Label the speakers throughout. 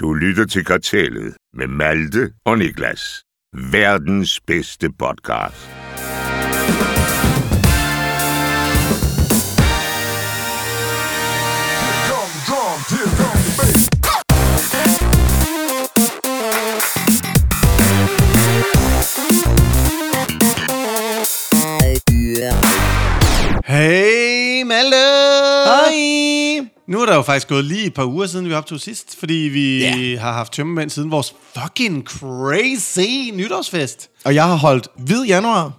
Speaker 1: Du lytter til Kartellet med Malte og Niklas. Verdens bedste podcast.
Speaker 2: Hey Malte!
Speaker 3: Hej!
Speaker 2: Nu er der jo faktisk gået lige et par uger siden, vi optog sidst, fordi vi yeah. har haft tømmermænd siden vores fucking crazy nytårsfest.
Speaker 3: Og jeg har holdt hvid januar.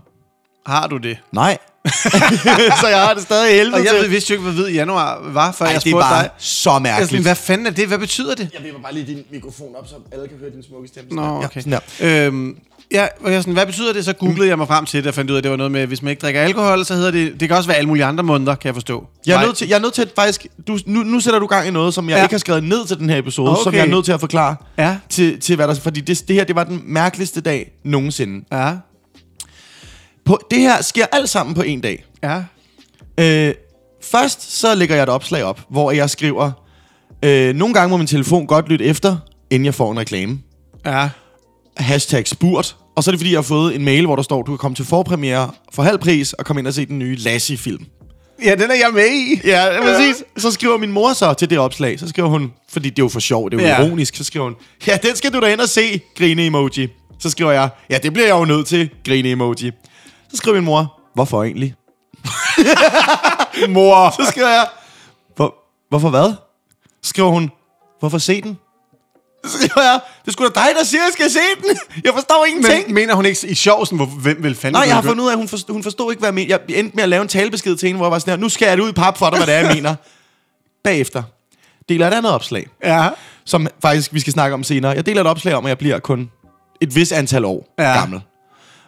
Speaker 2: Har du det?
Speaker 3: Nej. så jeg har det stadig i helvede
Speaker 2: Og jeg
Speaker 3: til.
Speaker 2: ved- vidste jo ikke, hvad hvid januar var, før
Speaker 3: Ej,
Speaker 2: jeg
Speaker 3: det er
Speaker 2: spurgte
Speaker 3: bare
Speaker 2: dig.
Speaker 3: så
Speaker 2: Jeg er sådan,
Speaker 3: mærkeligt.
Speaker 2: hvad fanden er det? Hvad betyder det?
Speaker 4: Jeg vipper bare lige din mikrofon op, så alle kan høre din smukke stemme.
Speaker 2: Nå,
Speaker 3: Ja,
Speaker 2: okay.
Speaker 3: sådan
Speaker 2: Øhm, ja, og jeg er sådan, hvad betyder det? Så googlede jeg mig frem til det og fandt ud af, at det var noget med, hvis man ikke drikker alkohol, så hedder det... Det kan også være alle mulige andre måneder, kan jeg forstå.
Speaker 3: Jeg er
Speaker 2: Nej.
Speaker 3: nødt til, jeg er nødt til at faktisk... Du, nu, nu sætter du gang i noget, som jeg
Speaker 2: Ja.
Speaker 3: ja. ikke har skrevet ned til den her episode, okay. som
Speaker 2: Okay.
Speaker 3: jeg er nødt til at forklare
Speaker 2: Ja.
Speaker 3: til, til hvad der... Fordi det, det her, det var den mærkeligste dag nogensinde.
Speaker 2: Ja,
Speaker 3: På, det her sker alt sammen på en dag.
Speaker 2: ja.
Speaker 3: Øh, først så lægger jeg et opslag op, hvor jeg skriver... Øh, nogle gange må min telefon godt lytte efter, inden jeg får en reklame.
Speaker 2: Ja,
Speaker 3: hashtag spurt. Og så er det, fordi jeg har fået en mail, hvor der står, du kan komme til forpremiere for halv pris og komme ind og se den nye Lassie-film.
Speaker 2: ja den er jeg med i.
Speaker 3: Ja, præcis. Så skriver min mor så til det opslag. Så skriver hun, fordi det er jo for sjov, det er jo
Speaker 2: Ja.
Speaker 3: ja. ironisk. Så skriver hun, ja, den skal du da ind og se, grine-emoji. Så skriver jeg, ja, det bliver jeg jo nødt til, grine-emoji. Så skriver min mor, hvorfor egentlig? mor! Så skriver jeg, Hvor, hvorfor hvad? Så skriver hun, hvorfor se den? Så skriver jeg, det er sgu da dig, der siger, jeg skal se den. Jeg forstår ingenting.
Speaker 2: Men mener hun ikke i sjov, sådan, hvor, hvem vil fanden...
Speaker 3: Nej, jeg har
Speaker 2: begynde-
Speaker 3: fundet ud af, at hun forstod, hun forstod ikke, hvad jeg mente. Jeg endte med at lave en talebesked til hende, hvor jeg var sådan her, nu skal jeg det ud i pap for dig, hvad det er, jeg mener. Bagefter deler jeg et andet opslag,
Speaker 2: Ja.
Speaker 3: som faktisk vi skal snakke om senere. Jeg deler et opslag om, at jeg bliver kun et vis antal år
Speaker 2: Ja.
Speaker 3: ja. gammel.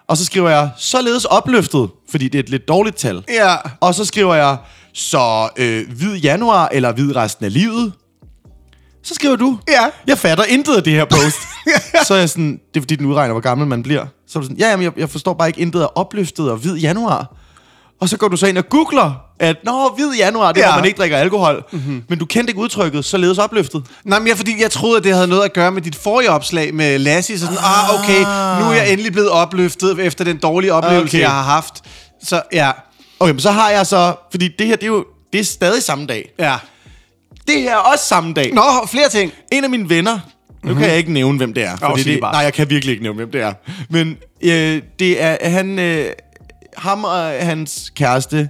Speaker 3: Og så skriver jeg, således opløftet, fordi det er et lidt dårligt tal.
Speaker 2: Ja.
Speaker 3: Og så skriver jeg, så øh, hvid januar eller hvid resten af livet. Så skriver du,
Speaker 2: Ja.
Speaker 3: jeg fatter intet af det her post. så er jeg sådan, det er fordi, den udregner, hvor gammel man bliver. Så er du sådan, ja, jamen, jeg, jeg forstår bare ikke intet af opløftet og hvid januar. Og så går du så ind og googler, at nå, hvid januar, det er,
Speaker 2: Ja. Mhm.
Speaker 3: ja. når man ikke drikker alkohol. Mm-hmm. Men du kendte ikke udtrykket, således opløftet.
Speaker 2: Nej, men jeg, fordi jeg troede, at det havde noget at gøre med dit forrige opslag med Lassie. Så sådan, ah, okay, nu er jeg endelig blevet opløftet efter den dårlige oplevelse, okay.
Speaker 3: Okay.
Speaker 2: jeg har haft. Så ja,
Speaker 3: Okay, men så har jeg så, fordi det her, det er jo det er stadig samme dag.
Speaker 2: ja.
Speaker 3: Det her er også samme dag.
Speaker 2: Nå, flere ting.
Speaker 3: En af mine venner, nu kan jeg ikke nævne, hvem det er.
Speaker 2: sig det
Speaker 3: det,
Speaker 2: bare.
Speaker 3: nej, jeg kan virkelig ikke nævne, hvem det er. Men øh, det er, han, øh, ham og hans kæreste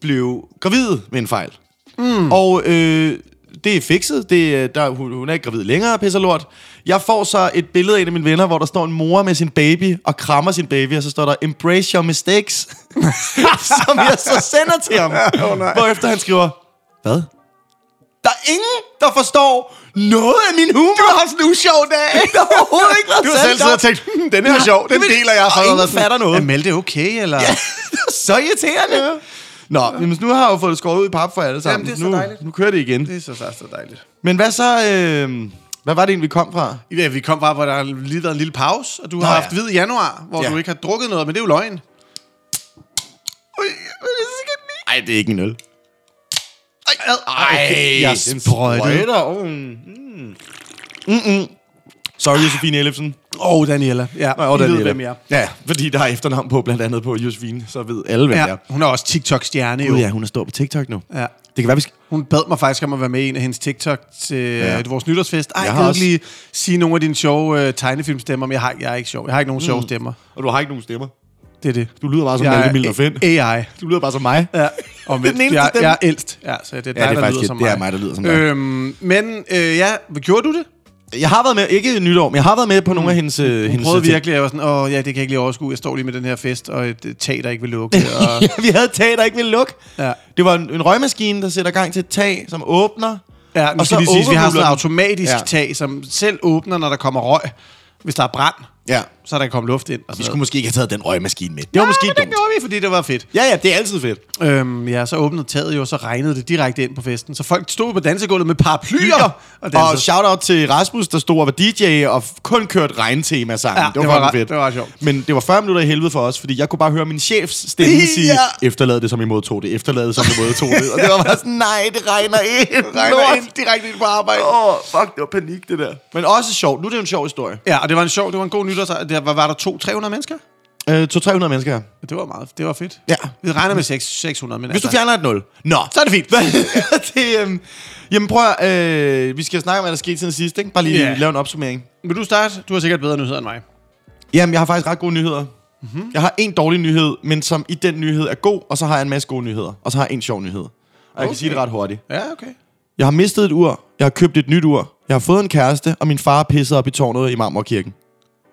Speaker 3: blev gravid med en fejl. Mm. Og øh, det er fikset. Det, er- der, hun, hun er ikke gravid længere, pisser lort. Jeg får så et billede af en af mine venner, hvor der står en mor med sin baby og krammer sin baby, og så står der, embrace your mistakes, som jeg så sender til ham. oh,
Speaker 2: nej.
Speaker 3: Hvorefter han skriver, hvad? Der er ingen, der forstår noget af min humor. Du har haft en usjov dag. Der har overhovedet ikke været
Speaker 2: Du har selv siddet og tænkt, hmm, den her er sjov, den deler jeg.
Speaker 3: Og ingen fatter noget.
Speaker 2: Er Malte okay, eller? Ja.
Speaker 3: Det er så irriterende. Nå, men nu har jeg jo fået det skåret ud i pap for alle
Speaker 2: Jamen,
Speaker 3: sammen.
Speaker 2: det er så
Speaker 3: nu,
Speaker 2: dejligt.
Speaker 3: Nu kører det igen.
Speaker 2: Det er så faktisk så dejligt.
Speaker 3: Men hvad så... Øh, hvad var det egentlig, vi kom fra?
Speaker 2: Ja, vi kom bare, hvor der har lige været en lille pause, og du har
Speaker 3: Nå, ja.
Speaker 2: haft hvid januar, hvor
Speaker 3: Ja.
Speaker 2: du ikke har drukket noget, men det er jo løgn.
Speaker 3: Nej, det er ikke en øl.
Speaker 2: Ej, okay, jeg sprøjtede.
Speaker 3: sprøjter. Åh, Mm. Mm-mm. Sorry, Josefine Ellefsen.
Speaker 2: Ah. Åh, oh, Daniela. Ja,
Speaker 3: Nå,
Speaker 2: I ved,
Speaker 3: Daniela.
Speaker 2: hvem jeg er.
Speaker 3: Ja, fordi der er efternavn på, blandt andet på Josefine, så ved alle, hvem ja. det
Speaker 2: Ja,
Speaker 3: er.
Speaker 2: hun er også TikTok-stjerne, jo.
Speaker 3: Gud, ja, hun er stor på TikTok nu.
Speaker 2: Ja.
Speaker 3: Det kan være, vi skal...
Speaker 2: Hun bad mig faktisk om at være med i en af hendes TikTok til ja.
Speaker 3: Ja.
Speaker 2: vores nytårsfest. Ej,
Speaker 3: Jeg
Speaker 2: jeg
Speaker 3: har
Speaker 2: kan du ikke
Speaker 3: også-
Speaker 2: lige sige nogle af dine sjove øh, tegnefilmstemmer, men jeg har, jeg er ikke sjov. Jeg har ikke nogen sjove stemmer.
Speaker 3: Og du har ikke nogen stemmer.
Speaker 2: Det er det.
Speaker 3: Mm. Du lyder bare som
Speaker 2: Jeg
Speaker 3: Malte
Speaker 2: er
Speaker 3: Milner Fendt.
Speaker 2: AI.
Speaker 3: Du lyder bare som mig.
Speaker 2: Ja, og
Speaker 3: Den eneste
Speaker 2: jeg,
Speaker 3: stemme.
Speaker 2: jeg er ældst. Ja, så det er dig,
Speaker 3: det er
Speaker 2: der
Speaker 3: faktisk
Speaker 2: lyder
Speaker 3: et-
Speaker 2: som
Speaker 3: det
Speaker 2: mig.
Speaker 3: er mig, der lyder som dig.
Speaker 2: øhm, Men øh, ja, hvad gjorde du det?
Speaker 3: Jeg har været med, ikke nytår, men jeg har været med på nogle af hendes... Hun hendes
Speaker 2: Prøvede
Speaker 3: ting.
Speaker 2: virkelig, at jeg var sådan, åh ja, det kan jeg ikke lige overskue. Jeg står lige med den her fest, og et øh, tag, der ikke vil lukke. Og...
Speaker 3: ja, vi havde et tag, der ikke ville lukke.
Speaker 2: Ja.
Speaker 3: Det var en, en røgmaskine, der sætter gang til et tag, som åbner.
Speaker 2: Ja, nu
Speaker 3: og
Speaker 2: skal lige sige, vi har sådan
Speaker 3: overruller
Speaker 2: et
Speaker 3: den.
Speaker 2: automatisk ja.
Speaker 3: Ja.
Speaker 2: tag, som selv åbner, når der kommer røg, hvis der er brand.
Speaker 3: Ja.
Speaker 2: så der kom luft ind. Og
Speaker 3: Vi
Speaker 2: sådan
Speaker 3: skulle
Speaker 2: noget.
Speaker 3: måske ikke have taget den røgmaskine med. Det var måske
Speaker 2: men det
Speaker 3: dumt.
Speaker 2: gjorde vi, fordi det var fedt.
Speaker 3: Ja, ja, det er altid fedt.
Speaker 2: Øhm, ja, så åbnede taget jo, og så regnede det direkte ind på festen. Så folk stod på dansegulvet med paraplyer.
Speaker 3: Og,
Speaker 2: dansede.
Speaker 3: og shout-out til Rasmus, der stod og var DJ og f- kun kørte regntema-sangen.
Speaker 2: Ja,
Speaker 3: det var,
Speaker 2: det var
Speaker 3: fucking
Speaker 2: ret-
Speaker 3: fedt.
Speaker 2: det var ret sjovt.
Speaker 3: Men det var 40 minutter i helvede for os, fordi jeg kunne bare høre min chefs stemme sige,
Speaker 2: Ja.
Speaker 3: efterlad det, som I modtog det, efterlad det, som I modtog det. Og det var bare sådan, nej, det regner ind. Det
Speaker 2: regner ind direkte ind på arbejde.
Speaker 3: Åh, oh, fuck, det var panik, det der. Men også sjovt. Nu er det jo en sjov historie.
Speaker 2: Ja, og det var en sjov, det var en god nytårs... Der var, var der 200-300 mennesker?
Speaker 3: Øh, 200-300 mennesker her.
Speaker 2: Det var meget, det var fedt.
Speaker 3: Ja.
Speaker 2: Vi regner med 6, 600, men altså-
Speaker 3: Hvis du fjerner et 0. Nå.
Speaker 2: Så er det fint.
Speaker 3: det, øhm, jamen prøv at, øh, vi skal snakke om, hvad der skete siden sidst, ikke? Bare lige
Speaker 2: Ja.
Speaker 3: yeah. lave en opsummering.
Speaker 2: Vil du starte? Du har sikkert bedre nyheder end mig.
Speaker 3: Jamen, jeg har faktisk ret gode nyheder.
Speaker 2: Mhm.
Speaker 3: Mm-hmm. Jeg har en dårlig nyhed, men som i den nyhed er god, og så har jeg en masse gode nyheder. Og så har jeg en sjov nyhed. Og okay. jeg
Speaker 2: Okay.
Speaker 3: kan sige det ret hurtigt.
Speaker 2: Ja, okay.
Speaker 3: Jeg har mistet et ur. Jeg har købt et nyt ur. Jeg har fået en kæreste, og min far pissede op i tårnet i Marmorkirken.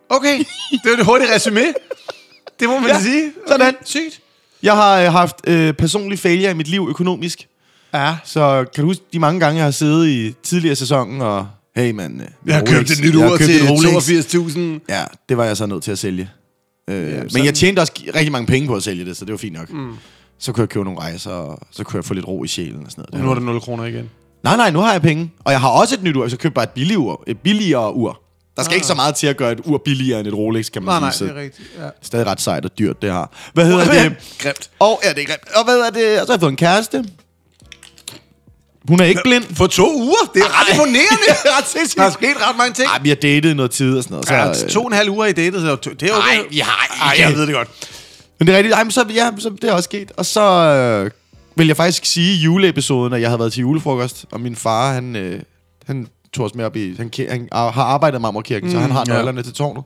Speaker 2: Okay, det var det hurtige resume. Det må man ja, sige. Okay.
Speaker 3: sådan.
Speaker 2: Sygt.
Speaker 3: Jeg har øh, haft øh, personlig failure i mit liv økonomisk.
Speaker 2: Ja.
Speaker 3: Så kan du huske de mange gange, jeg har siddet i tidligere sæsonen og... Hey, man. øh, min Rolex. Jeg har købt et Rolex. Ja, det var jeg så nødt til at sælge. Øh, men
Speaker 2: sådan-
Speaker 3: jeg tjente også rigtig mange penge på at sælge det, så det var fint nok. Mm. Så kunne jeg købe nogle rejser, og så kunne jeg få lidt ro i sjælen og sådan noget.
Speaker 2: Nu er det 0 kroner igen.
Speaker 3: Nej, nej, nu har jeg penge. Og jeg har også et nyt ur, så jeg købte bare et billigere ur. Et billigere ur. Der skal ah. ikke så meget til at gøre et ur billigere end et Rolex, kan man
Speaker 2: Nej, nej,
Speaker 3: sige. så
Speaker 2: det er rigtigt. Ja.
Speaker 3: er stadig ret sejt og dyrt, det her. Hvad hedder det?
Speaker 2: Grimt.
Speaker 3: Og, ja, det er grimt. Og hvad er det? Og så har jeg fået en kæreste. Hun er ikke blind.
Speaker 2: For to uger? Det er ret imponerende.
Speaker 3: Det er ret
Speaker 2: Der er
Speaker 3: sindssygt.
Speaker 2: sket ret mange ting.
Speaker 3: Ej, vi har datet i noget tid og sådan noget. Så,
Speaker 2: Ja, altså,
Speaker 3: øh,
Speaker 2: to og en halv uger i datet, så det er okay.
Speaker 3: Nej, vi har ikke.
Speaker 2: Ej, jeg ved det godt.
Speaker 3: Men det er rigtigt. Ej, men så, ja, så det er også sket. Og så øh, vil jeg faktisk sige i juleepisoden, at jeg havde været til julefrokost, og min far, han, øh, han tog os med op i... Han, ke- han ar- har arbejdet i Marmorkirken, mm, så han har
Speaker 2: ja.
Speaker 3: nøglerne til tårnet.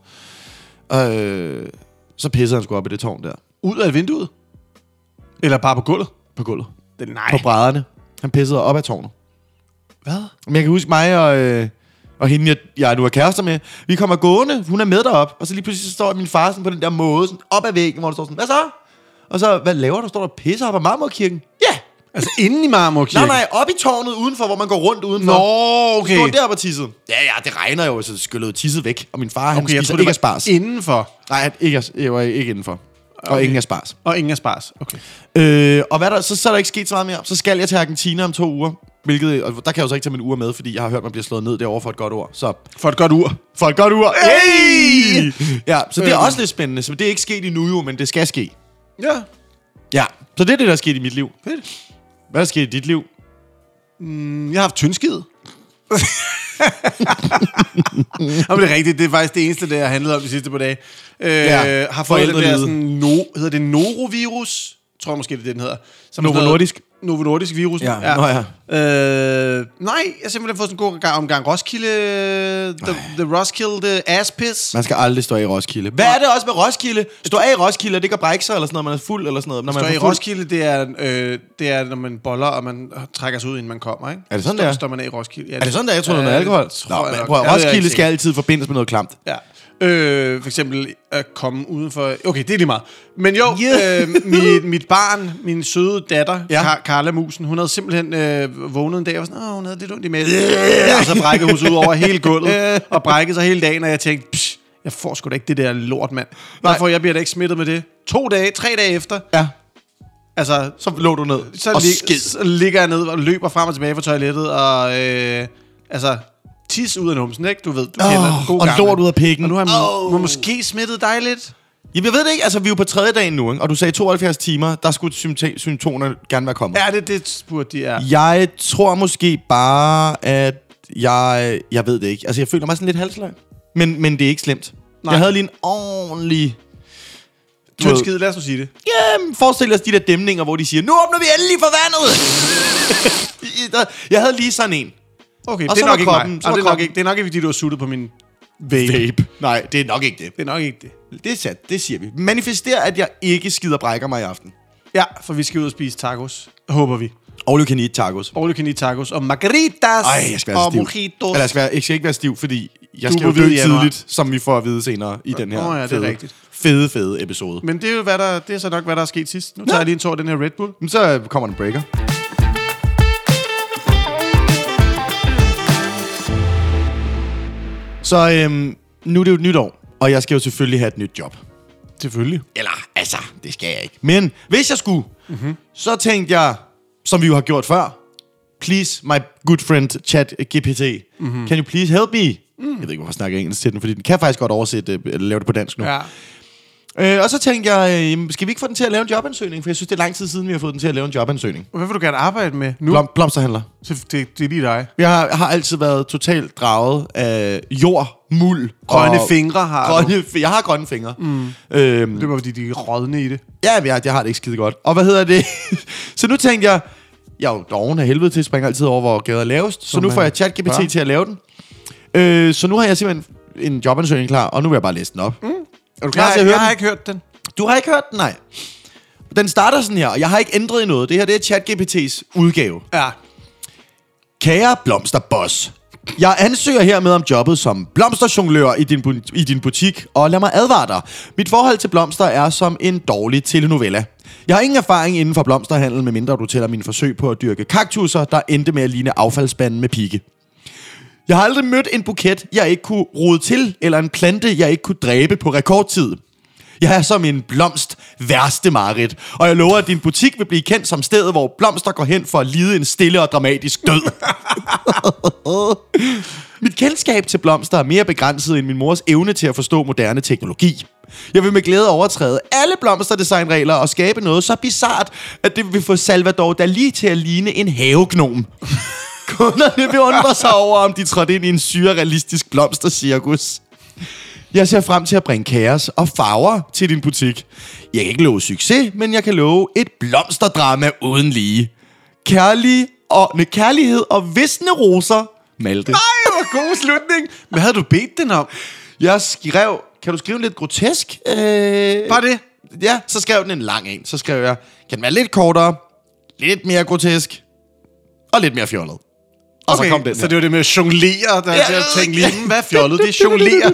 Speaker 3: Og, øh, så pisser han sgu op i det tårn der,
Speaker 2: Ud af vinduet? Eller bare på gulvet?
Speaker 3: på gulvet.
Speaker 2: Det, nej.
Speaker 3: På brædderne. Han pissede op af tårnet.
Speaker 2: Hvad?
Speaker 3: Men jeg kan huske mig og, øh, og hende, jeg, jeg nu er kærester med. Vi kommer gående, hun er med derop, og så lige pludselig så står min far sådan på den der måde, sådan op ad væggen, hvor der står sådan, hvad så? Og så, hvad laver du? Står der og pisser op af Marmorkirken? Ja! Yeah!
Speaker 2: Altså inden i Marmorkirken?
Speaker 3: Nej, nej, op i tårnet udenfor, hvor man går rundt udenfor.
Speaker 2: Nå,
Speaker 3: Okay.
Speaker 2: okay.
Speaker 3: Stod deroppe og tissede. Ja, ja, det regner jo, så skyllede tisset væk. Og min far, han
Speaker 2: Okay,
Speaker 3: okay,
Speaker 2: jeg
Speaker 3: spiser
Speaker 2: tror,
Speaker 3: ikke
Speaker 2: det
Speaker 3: af
Speaker 2: var
Speaker 3: spars.
Speaker 2: indenfor.
Speaker 3: Nej, han ikke, af- jeg var ikke indenfor. Okay. Og
Speaker 2: Okay.
Speaker 3: ingen af spars.
Speaker 2: Og ingen er spars. Okay.
Speaker 3: Øh, og hvad der, så, så er der ikke sket så meget mere. Så skal jeg til Argentina om to uger. Hvilket, øh, og der kan jeg jo så ikke tage min ur med, fordi jeg har hørt, man bliver slået ned derovre for et godt ord. Så
Speaker 2: For et godt ur.
Speaker 3: for et godt ur. Hey! Ja, så det er
Speaker 2: Øhm.
Speaker 3: også lidt spændende. Så det er ikke sket endnu jo, men det skal ske.
Speaker 2: Ja.
Speaker 3: Ja, så det er det, der er sket i mit liv.
Speaker 2: Fedt.
Speaker 3: Hvad er der sket i dit liv?
Speaker 2: Mm, Jeg har haft tyndskid. Jamen, det er rigtigt. Det er faktisk det eneste, der har handlet om de sidste par dage. Øh, ja,
Speaker 3: Ja,
Speaker 2: har fået den der
Speaker 3: forældrelyde.
Speaker 2: sådan, no, hedder det norovirus? Tror jeg måske, det er det, den hedder. Som er
Speaker 3: Novo
Speaker 2: sådan noget-
Speaker 3: Nordisk?
Speaker 2: Novo Nordisk virus.
Speaker 3: Ja, nå
Speaker 2: Øh, nej, jeg har simpelthen fået sådan en god gang- omgang Roskilde, the, the Roskilde ass piss.
Speaker 3: Man skal aldrig stå af i Roskilde. Hvad er det også med Roskilde? Stå af i Roskilde, det kan brække sig, eller sådan noget, man er fuld, eller sådan noget. Når man
Speaker 2: Står
Speaker 3: er
Speaker 2: i
Speaker 3: for fuld.
Speaker 2: Roskilde, det er, øh, det er, når man boller, og man trækker sig ud, inden man kommer, ikke?
Speaker 3: Er det sådan,
Speaker 2: står,
Speaker 3: det er?
Speaker 2: Står man af i Roskilde. Ja,
Speaker 3: Er det sådan, der jeg tror, det er noget alkohol?
Speaker 2: Tror
Speaker 3: Nå,
Speaker 2: jeg
Speaker 3: men
Speaker 2: nok.
Speaker 3: prøv,
Speaker 2: Ja, det er jeg ikke
Speaker 3: Roskilde
Speaker 2: sikker
Speaker 3: skal altid forbindes med noget klamt.
Speaker 2: Ja. Øh, for eksempel at komme uden for... Okay, det er lige meget. Men jo,
Speaker 3: Yeah.
Speaker 2: øh, mit, mit barn, min søde datter, ja.
Speaker 3: Ja.
Speaker 2: Kar- Carla Musen, hun havde simpelthen øh, vågnet en dag og var sådan, Åh, hun havde lidt ondt i maven. og så brækkede hun sig ud over hele gulvet, og brækkede sig hele dagen, og jeg tænkte, Psh, jeg får sgu da ikke det der lort, mand.
Speaker 3: Nej.
Speaker 2: Derfor jeg bliver da ikke smittet med det. To dage, tre dage efter,
Speaker 3: Ja.
Speaker 2: altså,
Speaker 3: Så lå du ned
Speaker 2: så,
Speaker 3: og
Speaker 2: lig,
Speaker 3: skid.
Speaker 2: så ligger jeg ned og løber frem og tilbage fra toilettet, og øh, altså, tis ud af numsen, ikke? Du ved, du oh, kender den.
Speaker 3: Åh,
Speaker 2: God
Speaker 3: og
Speaker 2: gammel.
Speaker 3: lort ud af pikken.
Speaker 2: Og nu har jeg
Speaker 3: Åh.
Speaker 2: oh. måske smittet dig lidt.
Speaker 3: Jamen, jeg ved det ikke, altså vi er jo på tredje dagen nu, ikke? og du sagde 72 timer, der skulle symptom- symptomerne gerne være kommet.
Speaker 2: Ja, det, det spurgte de, ja.
Speaker 3: Jeg tror måske bare, at jeg... Jeg ved det ikke. Altså, jeg føler mig sådan lidt halsløg. Men, men det er ikke slemt.
Speaker 2: Nej.
Speaker 3: Nej. Jeg havde lige en ordentlig...
Speaker 2: Du er skide, lad os nu sige det.
Speaker 3: Jamen, forestil os de der dæmninger, hvor de siger, nu åbner vi endelig for vandet! jeg havde lige sådan en.
Speaker 2: Okay,
Speaker 3: Og
Speaker 2: det
Speaker 3: så
Speaker 2: er
Speaker 3: var
Speaker 2: nok ikke
Speaker 3: koppen,
Speaker 2: mig.
Speaker 3: så
Speaker 2: Og
Speaker 3: var
Speaker 2: det er nok
Speaker 3: koppen.
Speaker 2: ikke, det er nok ikke, fordi du har suttet på min vape.
Speaker 3: Nej, det er nok ikke det.
Speaker 2: Det er nok ikke det.
Speaker 3: Det er sat, det siger vi. Manifester, at jeg ikke skider og brækker mig i aften.
Speaker 2: Ja, for vi skal ud og spise tacos. Håber vi.
Speaker 3: All you can eat tacos.
Speaker 2: All you can eat tacos og margaritas
Speaker 3: Ej, jeg skal være
Speaker 2: og
Speaker 3: stiv.
Speaker 2: mojitos.
Speaker 3: Eller jeg skal, være, jeg skal ikke være stiv, fordi jeg
Speaker 2: Du
Speaker 3: skal
Speaker 2: må
Speaker 3: jo
Speaker 2: vide
Speaker 3: dø
Speaker 2: i januar.
Speaker 3: tidligt, som vi får at vide senere i den her
Speaker 2: Nå ja, det er
Speaker 3: fede,
Speaker 2: rigtigt.
Speaker 3: fede, fede episode.
Speaker 2: Men det er jo hvad der, det er så nok, hvad der er sket sidst. Nu tager jeg lige en tår af den her Red Bull.
Speaker 3: Men så øh, kommer en breaker. Så øhm, nu er det jo et nyt år. Og jeg skal jo selvfølgelig have et nyt job.
Speaker 2: Selvfølgelig.
Speaker 3: Eller, altså, det skal jeg ikke. Men hvis jeg skulle, mm-hmm. så tænkte jeg, som vi jo har gjort før, please, my good friend chat GPT, mm-hmm. can you please help me? Mm. Jeg ved ikke, hvorfor jeg snakker engelsk til den, fordi den kan faktisk godt oversætte, øh, eller lave det på dansk nu.
Speaker 2: Ja.
Speaker 3: Øh, og så tænkte jeg, øh, jamen, skal vi ikke få den til at lave en jobansøgning? For jeg synes, det er lang tid siden, vi har fået den til at lave en jobansøgning.
Speaker 2: Hvad vil du gerne arbejde med nu?
Speaker 3: Blom, blomsterhandler.
Speaker 2: Så Det, det er lige dig.
Speaker 3: Jeg har, har altid været totalt draget af jord, muld.
Speaker 2: Grønne
Speaker 3: og
Speaker 2: fingre har du.
Speaker 3: Grønne, fi- jeg har grønne fingre. Mm. Øhm,
Speaker 2: Det var, fordi de er rådne i det.
Speaker 3: ja, men jeg, jeg har det ikke skide godt. Og hvad hedder det? så nu tænkte jeg, jeg er jo doven af helvede til, springer altid over, hvor gader er lavest. Så, så nu
Speaker 2: man
Speaker 3: får jeg ChatGPT
Speaker 2: bør.
Speaker 3: til at lave den. Øh, så nu har jeg simpelthen en jobansøgning klar, og nu vil jeg bare læse den op. Mm. Er du klar
Speaker 2: jeg,
Speaker 3: til at høre
Speaker 2: jeg har
Speaker 3: den?
Speaker 2: ikke hørt den.
Speaker 3: Du har ikke hørt den, nej. Den starter sådan her, og jeg har ikke ændret i noget. Det her det er ChatGPT's udgave.
Speaker 2: Ja.
Speaker 3: Kære blomsterboss, jeg ansøger hermed om jobbet som blomsterjonglør i din, bu- i din butik, og lad mig advare dig. Mit forhold til blomster er som en dårlig telenovella. Jeg har ingen erfaring inden for blomsterhandel, medmindre du tæller mine forsøg på at dyrke kaktusser, der endte med at ligne affaldsspanden med pigge. Jeg har aldrig mødt en buket, jeg ikke kunne rode til, eller en plante, jeg ikke kunne dræbe på rekordtid. Jeg er som en blomst værste mareridt, og jeg lover, at din butik vil blive kendt som stedet, hvor blomster går hen for at lide en stille og dramatisk død. Mit kendskab til blomster er mere begrænset end min mors evne til at forstå moderne teknologi. Jeg vil med glæde overtræde alle blomsterdesignregler og skabe noget så bizart, at det vil få Salvador Dali til at ligne en havegnom. Kunderne vil undre sig over, om de trådte ind i en surrealistisk blomstercirkus. Jeg ser frem til at bringe kaos og farver til din butik. Jeg kan ikke love succes, men jeg kan love et blomsterdrama uden lige. Kærlig og, nej, kærlighed og visne roser, Malte.
Speaker 2: Ej, hvor god slutning. Hvad havde du bedt den om?
Speaker 3: Jeg skrev... Kan du skrive lidt grotesk? Øh,
Speaker 2: Bare det.
Speaker 3: Ja, så skrev den en lang en. Så skrev jeg, kan den være lidt kortere, lidt mere grotesk, og lidt mere fjollet. Og okay, så kom den
Speaker 2: så
Speaker 3: her.
Speaker 2: det var det med at jonglere, der ja. til at tænke lige, "Hmm, hvad er fjollet, det er jonglere.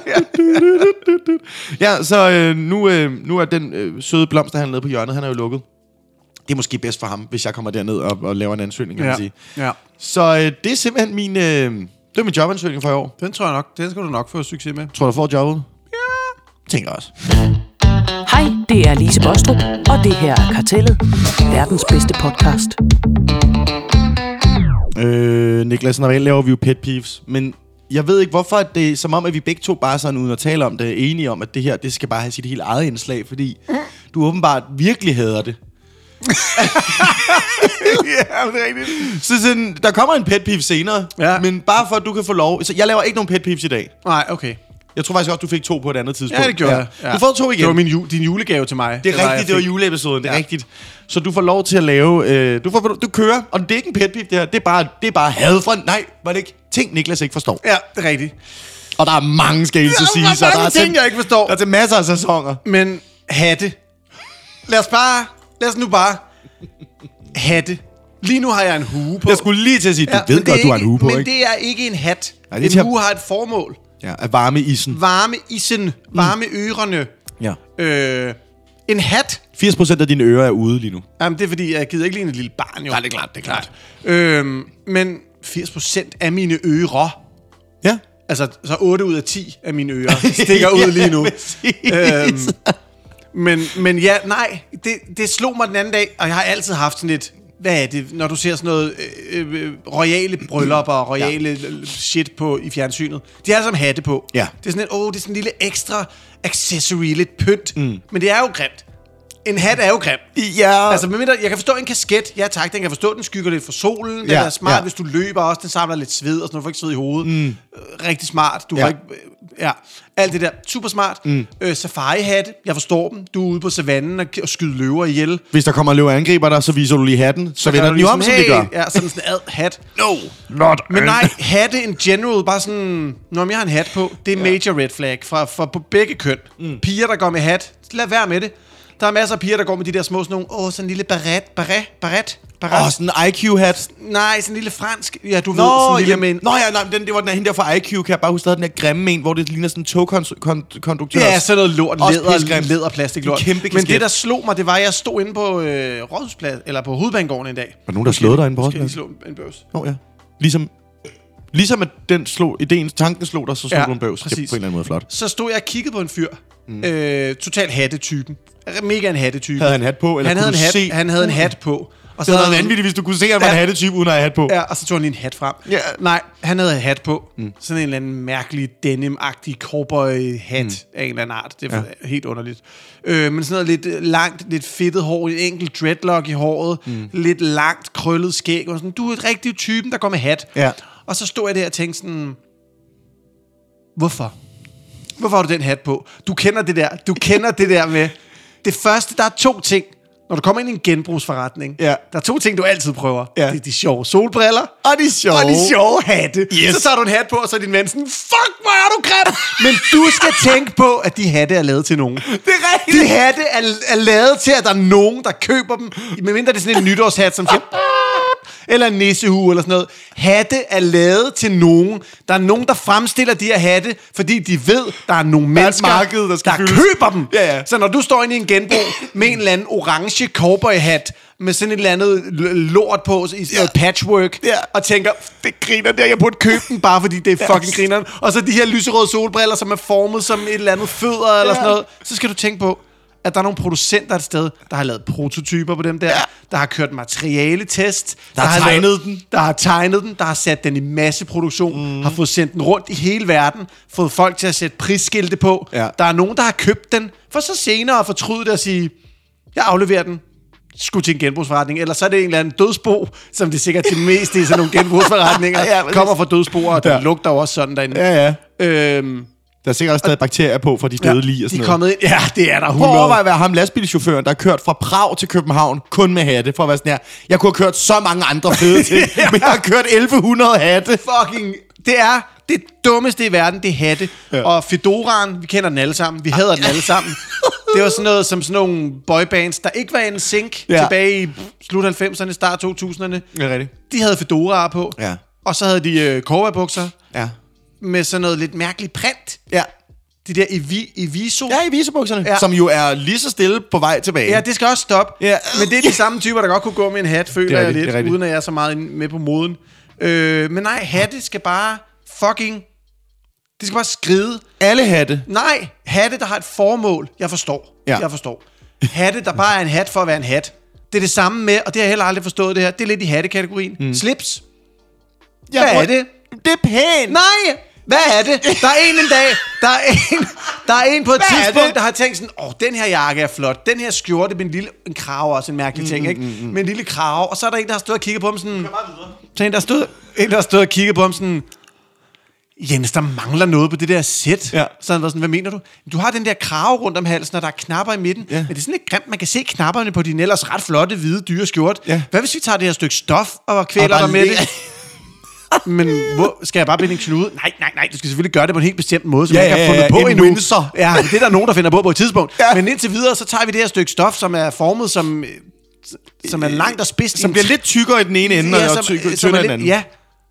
Speaker 2: Ja.
Speaker 3: Ja, så øh, nu, øh, nu er den øh, søde blomster, han nede på hjørnet, han er jo lukket. Det er måske bedst for ham, hvis jeg kommer derned og, og laver en ansøgning, kan ja. man sige.
Speaker 2: ja.
Speaker 3: Så øh, det er simpelthen min, øh, det er min jobansøgning for i år.
Speaker 2: Den tror jeg nok, den skal du nok få succes med.
Speaker 3: Tror du, jeg får jobbet? Ja. Tænker også.
Speaker 5: Hej, det er Lise Bostrup, og det her er Kartellet, verdens bedste podcast.
Speaker 3: Øh, Niklas, normalt laver vi jo pet peeves, men jeg ved ikke, hvorfor at det er som om, at vi begge to bare sådan uden at tale om det, er enige om, at det her, det skal bare have sit helt eget indslag, fordi du åbenbart virkelig hader det.
Speaker 2: Ja, det er rigtigt.
Speaker 3: Så sådan, der kommer en pet peeve senere,
Speaker 2: Ja.
Speaker 3: men bare for, at du kan få lov. Så jeg laver ikke nogen pet peeves i dag.
Speaker 2: Nej, okay.
Speaker 3: Jeg tror faktisk også, du fik to på et andet tidspunkt.
Speaker 2: Ja, det gjorde jeg. Ja.
Speaker 3: Du får to igen.
Speaker 2: Det var min ju- din julegave til mig.
Speaker 3: Det er rigtigt, det var
Speaker 2: jul.
Speaker 3: juleepisoden, det er rigtigt. Så du får lov til at lave, øh, du, får, du kører, og det er ikke en pet peeve, det her. Det er bare, det er bare had fra, nej, var det ikke, ting Niklas ikke forstår.
Speaker 2: Ja, det er rigtigt.
Speaker 3: Og der er mange, skal jeg hilse at sige.
Speaker 2: mange
Speaker 3: så der er
Speaker 2: ting, jeg ikke forstår.
Speaker 3: Der er til masser af sæsoner.
Speaker 2: Men hatte. Lad os bare, lad os nu bare hatte. Lige nu har jeg en hue på.
Speaker 3: Jeg skulle lige til at sige, du
Speaker 2: Ja,
Speaker 3: ja, ved
Speaker 2: men det
Speaker 3: godt,
Speaker 2: er
Speaker 3: du har en hue på,
Speaker 2: men
Speaker 3: ikke?
Speaker 2: det er ikke en hat.
Speaker 3: Nej, det er
Speaker 2: en
Speaker 3: til at-
Speaker 2: hue har et formål.
Speaker 3: Ja, at varme isen.
Speaker 2: Varme isen,
Speaker 3: Mm.
Speaker 2: varme ørerne.
Speaker 3: Ja.
Speaker 2: Øh, en hat
Speaker 3: 80% af dine ører er ude lige nu.
Speaker 2: Jamen, det er fordi, jeg gider ikke ligne et lille barn, jo.
Speaker 3: Nej, det er klart, det er klart.
Speaker 2: Nej. Øhm, men 80% af mine ører,
Speaker 3: Ja.
Speaker 2: altså så 8 ud af 10 af mine ører, stikker ud lige nu.
Speaker 3: Ja, øhm.
Speaker 2: Men, men ja, nej, det, det slog mig den anden dag, og jeg har altid haft sådan lidt, hvad er det, når du ser sådan noget øh, øh, royale bryllup og royale ja. shit på i fjernsynet. De har alle sammen hatte på.
Speaker 3: Ja.
Speaker 2: Det er sådan et, åh, det er sådan en lille ekstra accessory, lidt pynt. Mm. Men det er jo grimt. En hat er jo grim.
Speaker 3: ja.
Speaker 2: Altså, medmindre, jeg kan forstå en kasket. Ja, tak. Den kan jeg forstå, den skygger lidt for solen. Den
Speaker 3: Ja,
Speaker 2: er smart, ja.
Speaker 3: ja.
Speaker 2: hvis du løber også. Den samler lidt sved og sådan noget. Du får ikke sved i hovedet. Mm. Øh, rigtig smart. Du ja.
Speaker 3: Ja.
Speaker 2: får ikke... øh, Ja, alt det der. Super smart. Mm. Øh, safari-hat. Jeg forstår dem. Du er ude på savannen og, og skyder løver ihjel.
Speaker 3: Hvis der kommer en løve og angriber dig, så viser du lige hatten, så, så vender
Speaker 2: gør
Speaker 3: den
Speaker 2: du ligesom
Speaker 3: jo om, som det
Speaker 2: hey!
Speaker 3: gør.
Speaker 2: Ja, sådan sådan ad hat.
Speaker 3: No.
Speaker 1: Not
Speaker 2: Men
Speaker 1: an-
Speaker 2: nej, hatte in general, bare sådan, når jeg har en hat på, det er major red flag for, for på begge køn. Mm. Piger, der går med hat, lad være med det. Der er masser af piger, der går med de der små sådan nogle, åh, sådan en lille baret, baret, baret, baret.
Speaker 3: Åh, sådan en IQ-hat.
Speaker 2: Nej, sådan en lille fransk. Ja, du Nå, ved, sådan en lille med en...
Speaker 3: Nå ja, nej, men den, det var den her, hende der fra IQ, kan jeg bare huske, der havde den her grimme en, hvor det ligner sådan en togkonduktør.
Speaker 2: Det er sådan noget lort,
Speaker 3: Også
Speaker 2: læder,
Speaker 3: pisgrimt.
Speaker 2: læder plastik lort.
Speaker 3: En kæmpe
Speaker 2: Men
Speaker 3: kasket.
Speaker 2: det, der slog mig, det var, at jeg stod inde på øh, Rådhusplads, eller på Hovedbanegården en dag.
Speaker 3: Var der nogen, der slog dig inde på
Speaker 2: Skal jeg lige
Speaker 3: Rådhuspladsen?
Speaker 2: slå en bøs?
Speaker 3: Nå ja. Ligesom Ligesom at den slog, ideen, tanken slog dig, så slog
Speaker 2: Ja,
Speaker 3: ja, du en bøvs. Det er på en
Speaker 2: præcis.
Speaker 3: eller anden måde flot.
Speaker 2: Så stod jeg og kiggede på en fyr. Mm. Øh, total hattetypen. Mega en hattetype.
Speaker 3: Havde han hat på, eller
Speaker 2: han
Speaker 3: kunne
Speaker 2: havde en
Speaker 3: du
Speaker 2: hat,
Speaker 3: se- Mm.
Speaker 2: Han havde en hat på. Og så havde
Speaker 3: Det havde været
Speaker 2: han-
Speaker 3: vanvittigt, hvis du kunne se, at han var en
Speaker 2: Ja.
Speaker 3: hattetype, uden at have hat på.
Speaker 2: Ja, og så tog han lige en hat frem.
Speaker 3: Ja.
Speaker 2: Nej, han havde hat på. Mm. Sådan en eller anden mærkelig denim-agtig cowboy-hat mm. af en eller anden art. Det er ja. helt underligt. Øh, men sådan noget lidt øh, langt, lidt fedtet hår, en enkelt dreadlock i håret, mm. lidt langt krøllet skæg. Og sådan, du er et rigtig typen, der går med hat.
Speaker 3: Ja.
Speaker 2: Og så stod jeg der og tænkte sådan, hvorfor? Hvorfor har du den hat på? Du kender det der. Du kender det der med... Det første, der er to ting. Når du kommer ind i en genbrugsforretning,
Speaker 3: Ja.
Speaker 2: der er to ting, du altid prøver.
Speaker 3: Ja.
Speaker 2: Det er de sjove solbriller,
Speaker 3: Og de er sjove.
Speaker 2: og de sjove hatte.
Speaker 3: Yes.
Speaker 2: Så tager du en hat på, og så er din ven sådan, fuck, hvor er du grim! Men du skal tænke på, at de hatte er lavet til nogen. Det
Speaker 3: er rigtigt.
Speaker 2: De hatte er, er lavet til, at der er nogen, der køber dem. Medmindre det er sådan en nytårshat, som siger... Eller en nissehue eller sådan noget. Hatte er lavet til nogen. Der er nogen, der fremstiller de her hatte, fordi de ved, der er nogle
Speaker 3: et
Speaker 2: mennesker,
Speaker 3: marked, der skal
Speaker 2: der
Speaker 3: fyldes.
Speaker 2: køber dem.
Speaker 3: Ja, ja.
Speaker 2: Så når du står inde i en genbrug med en eller anden orange cowboyhat, med sådan et eller andet l- lort på, i sådan noget patchwork,
Speaker 3: Ja.
Speaker 2: og tænker, det griner der, jeg burde købe den, bare fordi det er fucking grineren. Og så de her lyserøde solbriller, som er formet som et eller andet fødder eller sådan noget. Så skal du tænke på, at der er nogle producenter et sted, der har lavet prototyper på dem der, ja. der har kørt materialetest, der,
Speaker 3: har tegnet den.
Speaker 2: der har tegnet den, der har sat den i masseproduktion,
Speaker 3: Mhm.
Speaker 2: mm. har fået sendt den rundt i hele verden, fået folk til at sætte prisskilte på.
Speaker 3: Ja.
Speaker 2: Der er nogen, der har købt den, for så senere at fortryde det og sige, jeg afleverer den sgu til en genbrugsforretning, eller så er det en eller anden dødsbo, som det sikkert til mest i sådan nogle genbrugsforretninger,
Speaker 3: Ja,
Speaker 2: ja,
Speaker 3: præcis.
Speaker 2: kommer fra dødsboer, og den
Speaker 3: Ja.
Speaker 2: ja. lugter jo også sådan derinde.
Speaker 3: Ja, ja.
Speaker 2: Øhm,
Speaker 3: Der er sikkert også stadig bakterier på fra de døde lige og
Speaker 2: de
Speaker 3: sådan
Speaker 2: er
Speaker 3: noget.
Speaker 2: kommet ind. Ja, det er der
Speaker 3: Prøv at
Speaker 2: 100.
Speaker 3: overveje at være ham lastbilchaufføren, der har kørt fra Prag til København kun med hatte, for at være sådan her. Jeg kunne have kørt så mange andre fede ting, men jeg har kørt 1100 hatte.
Speaker 2: fucking... Det er det dummeste i verden, det er hatte. Ja. Og Fedoran, vi kender den alle sammen. Vi hader den alle sammen. Det var sådan noget som sådan nogle boybands, der ikke var en sink
Speaker 3: Ja.
Speaker 2: ja. tilbage i slut 90'erne, start 2000'erne.
Speaker 3: Det er rigtigt.
Speaker 2: De havde fedoraer på.
Speaker 3: Ja.
Speaker 2: Og så havde de øh, cowboybukser
Speaker 3: Ja.
Speaker 2: med sådan noget lidt mærkeligt print.
Speaker 3: Ja.
Speaker 2: De der evi, Eviso.
Speaker 3: Ja, i visebukserne, ja.
Speaker 2: Ja.
Speaker 3: som jo er lige så stille på vej tilbage.
Speaker 2: Ja, det skal også stoppe.
Speaker 3: Ja.
Speaker 2: Men det er de samme typer, der godt kunne gå med en hat, føler
Speaker 3: Det er
Speaker 2: jeg
Speaker 3: rigtigt,
Speaker 2: lidt,
Speaker 3: det er rigtigt.
Speaker 2: uden at jeg er så meget inde- med på moden. Øh, men nej, hatte skal bare fucking... Det skal bare skride.
Speaker 3: Alle hatte.
Speaker 2: Nej, hatte, der har et formål. Jeg forstår.
Speaker 3: Ja.
Speaker 2: Ja. Jeg forstår. Hatte, der bare er en hat for at være en hat. Det er det samme med, og det har jeg heller aldrig forstået det her, det er lidt i hattekategorien. Mm. Slips.
Speaker 3: Jeg
Speaker 2: Hvad er
Speaker 3: bruger-
Speaker 2: det?
Speaker 3: Det er pænt.
Speaker 2: Nej! Hvad er det? Der er en en dag, der er en, der er en på et
Speaker 3: Hvad er det?
Speaker 2: tidspunkt, der har tænkt sådan, åh, den her jakke er flot, den her skjorte med en lille en krave, er også en
Speaker 3: Mm,
Speaker 2: mærkelig ting, ikke? Med en lille krave, og så er der en, der har stået og kigget på ham sådan, så er en, der har stået, en, der har stået og kigget på ham sådan, Jens, der mangler noget på det der sæt.
Speaker 3: Ja.
Speaker 2: Så han var sådan, hvad mener du? Du har den der krave rundt om halsen, og der er knapper i midten.
Speaker 3: Ja.
Speaker 2: Men det er sådan lidt grimt, man kan se knapperne på din ellers ret flotte, hvide, dyre skjorte.
Speaker 3: Ja.
Speaker 2: Hvad hvis vi tager det her stykke stof og kvæler
Speaker 3: Og bare
Speaker 2: dig med
Speaker 3: læ-
Speaker 2: det? Men hvor, skal jeg bare binde en knude? Nej, nej, nej, du skal selvfølgelig gøre det på en helt bestemt måde, som
Speaker 3: Ja,
Speaker 2: ja, jeg ikke
Speaker 3: ja,
Speaker 2: har fundet
Speaker 3: ja,
Speaker 2: på
Speaker 3: en
Speaker 2: endnu.
Speaker 3: Windsor.
Speaker 2: Ja, men det er der nogen, der finder på på et tidspunkt.
Speaker 3: Ja.
Speaker 2: Ja. Men indtil videre, så tager vi det her stykke stof, som er formet som, øh, som er langt og spidst. i
Speaker 3: Øh, Som
Speaker 2: en
Speaker 3: bliver lidt tykkere i den ene ende, ja, og
Speaker 2: som- øh, som
Speaker 3: tykkere
Speaker 2: er
Speaker 3: tyndere i den
Speaker 2: lidt-
Speaker 3: anden.
Speaker 2: Ja,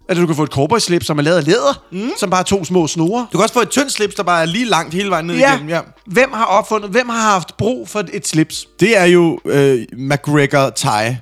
Speaker 2: altså du kan få et cowboy-slip, som er lavet af læder, mm. som bare har to små snore.
Speaker 3: Du kan også få et tyndt slips, der bare er lige langt hele vejen ned
Speaker 2: Ja.
Speaker 3: igennem. Ja.
Speaker 2: Hvem har opfundet, hvem har haft brug for et slips?
Speaker 3: Det er jo øh, McGregor Thai.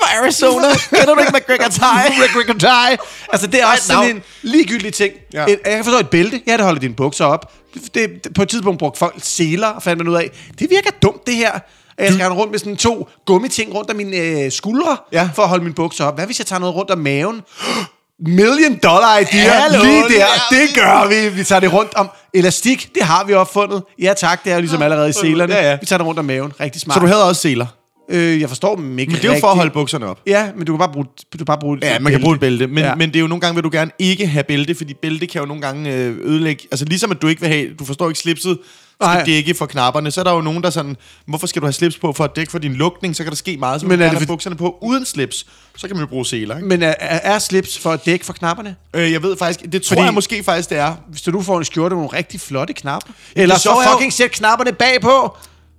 Speaker 3: Fra Arizona. Kender du ikke McGregor Thai?
Speaker 2: McGregor tie. Altså, det er også
Speaker 3: navn.
Speaker 2: sådan en ligegyldig ting.
Speaker 3: Ja.
Speaker 2: Ja. Et, jeg kan forstå et bælte. Ja, det holder dine bukser op. Det, det, på et tidspunkt brugte folk seler, og fandt man ud af, det virker dumt, det her. At Jeg skal rende rundt med sådan to gummiting rundt om mine øh, skuldre,
Speaker 3: Ja.
Speaker 2: ja. for at holde mine bukser op. Hvad hvis jeg tager noget rundt om maven? Million dollar idea,
Speaker 3: Hallo,
Speaker 2: lige der.
Speaker 3: ja.
Speaker 2: Det gør vi. Vi tager det rundt om elastik. Det har vi opfundet. Ja tak, det er jo ligesom allerede i selerne.
Speaker 3: Ja, ja.
Speaker 2: Vi tager det rundt om maven. Rigtig smart.
Speaker 3: Så du havde også seler.
Speaker 2: øh, jeg forstår dem ikke
Speaker 3: Men det er jo for at
Speaker 2: rigtig.
Speaker 3: holde bukserne op.
Speaker 2: Ja, men du kan bare bruge, du kan bare bruge
Speaker 3: Ja, man
Speaker 2: bælte.
Speaker 3: kan bruge et bælte, men, ja.
Speaker 2: Ja.
Speaker 3: men det er jo nogle gange, vil du gerne ikke have bælte, fordi bælte kan jo nogle gange øh, ødelægge... Altså ligesom at du ikke vil have... Du forstår ikke slipset, skal
Speaker 2: Nej.
Speaker 3: dække for knapperne, så er der jo nogen, der sådan... Hvorfor skal du have slips på for at dække for din lugtning? Så kan der ske meget, så
Speaker 2: Men
Speaker 3: men
Speaker 2: er
Speaker 3: man kan
Speaker 2: det
Speaker 3: have
Speaker 2: for-
Speaker 3: bukserne på uden slips. Så kan man jo bruge seler, ikke?
Speaker 2: Men er, er er slips for at dække for knapperne?
Speaker 3: Øh, jeg ved faktisk... Det tror fordi...
Speaker 2: Fordi-
Speaker 3: jeg måske faktisk, det er.
Speaker 2: Hvis du nu får en skjorte med nogle rigtig flotte knapper. Eller
Speaker 3: sjove
Speaker 2: så
Speaker 3: er jo-
Speaker 2: fucking sæt knapperne bagpå.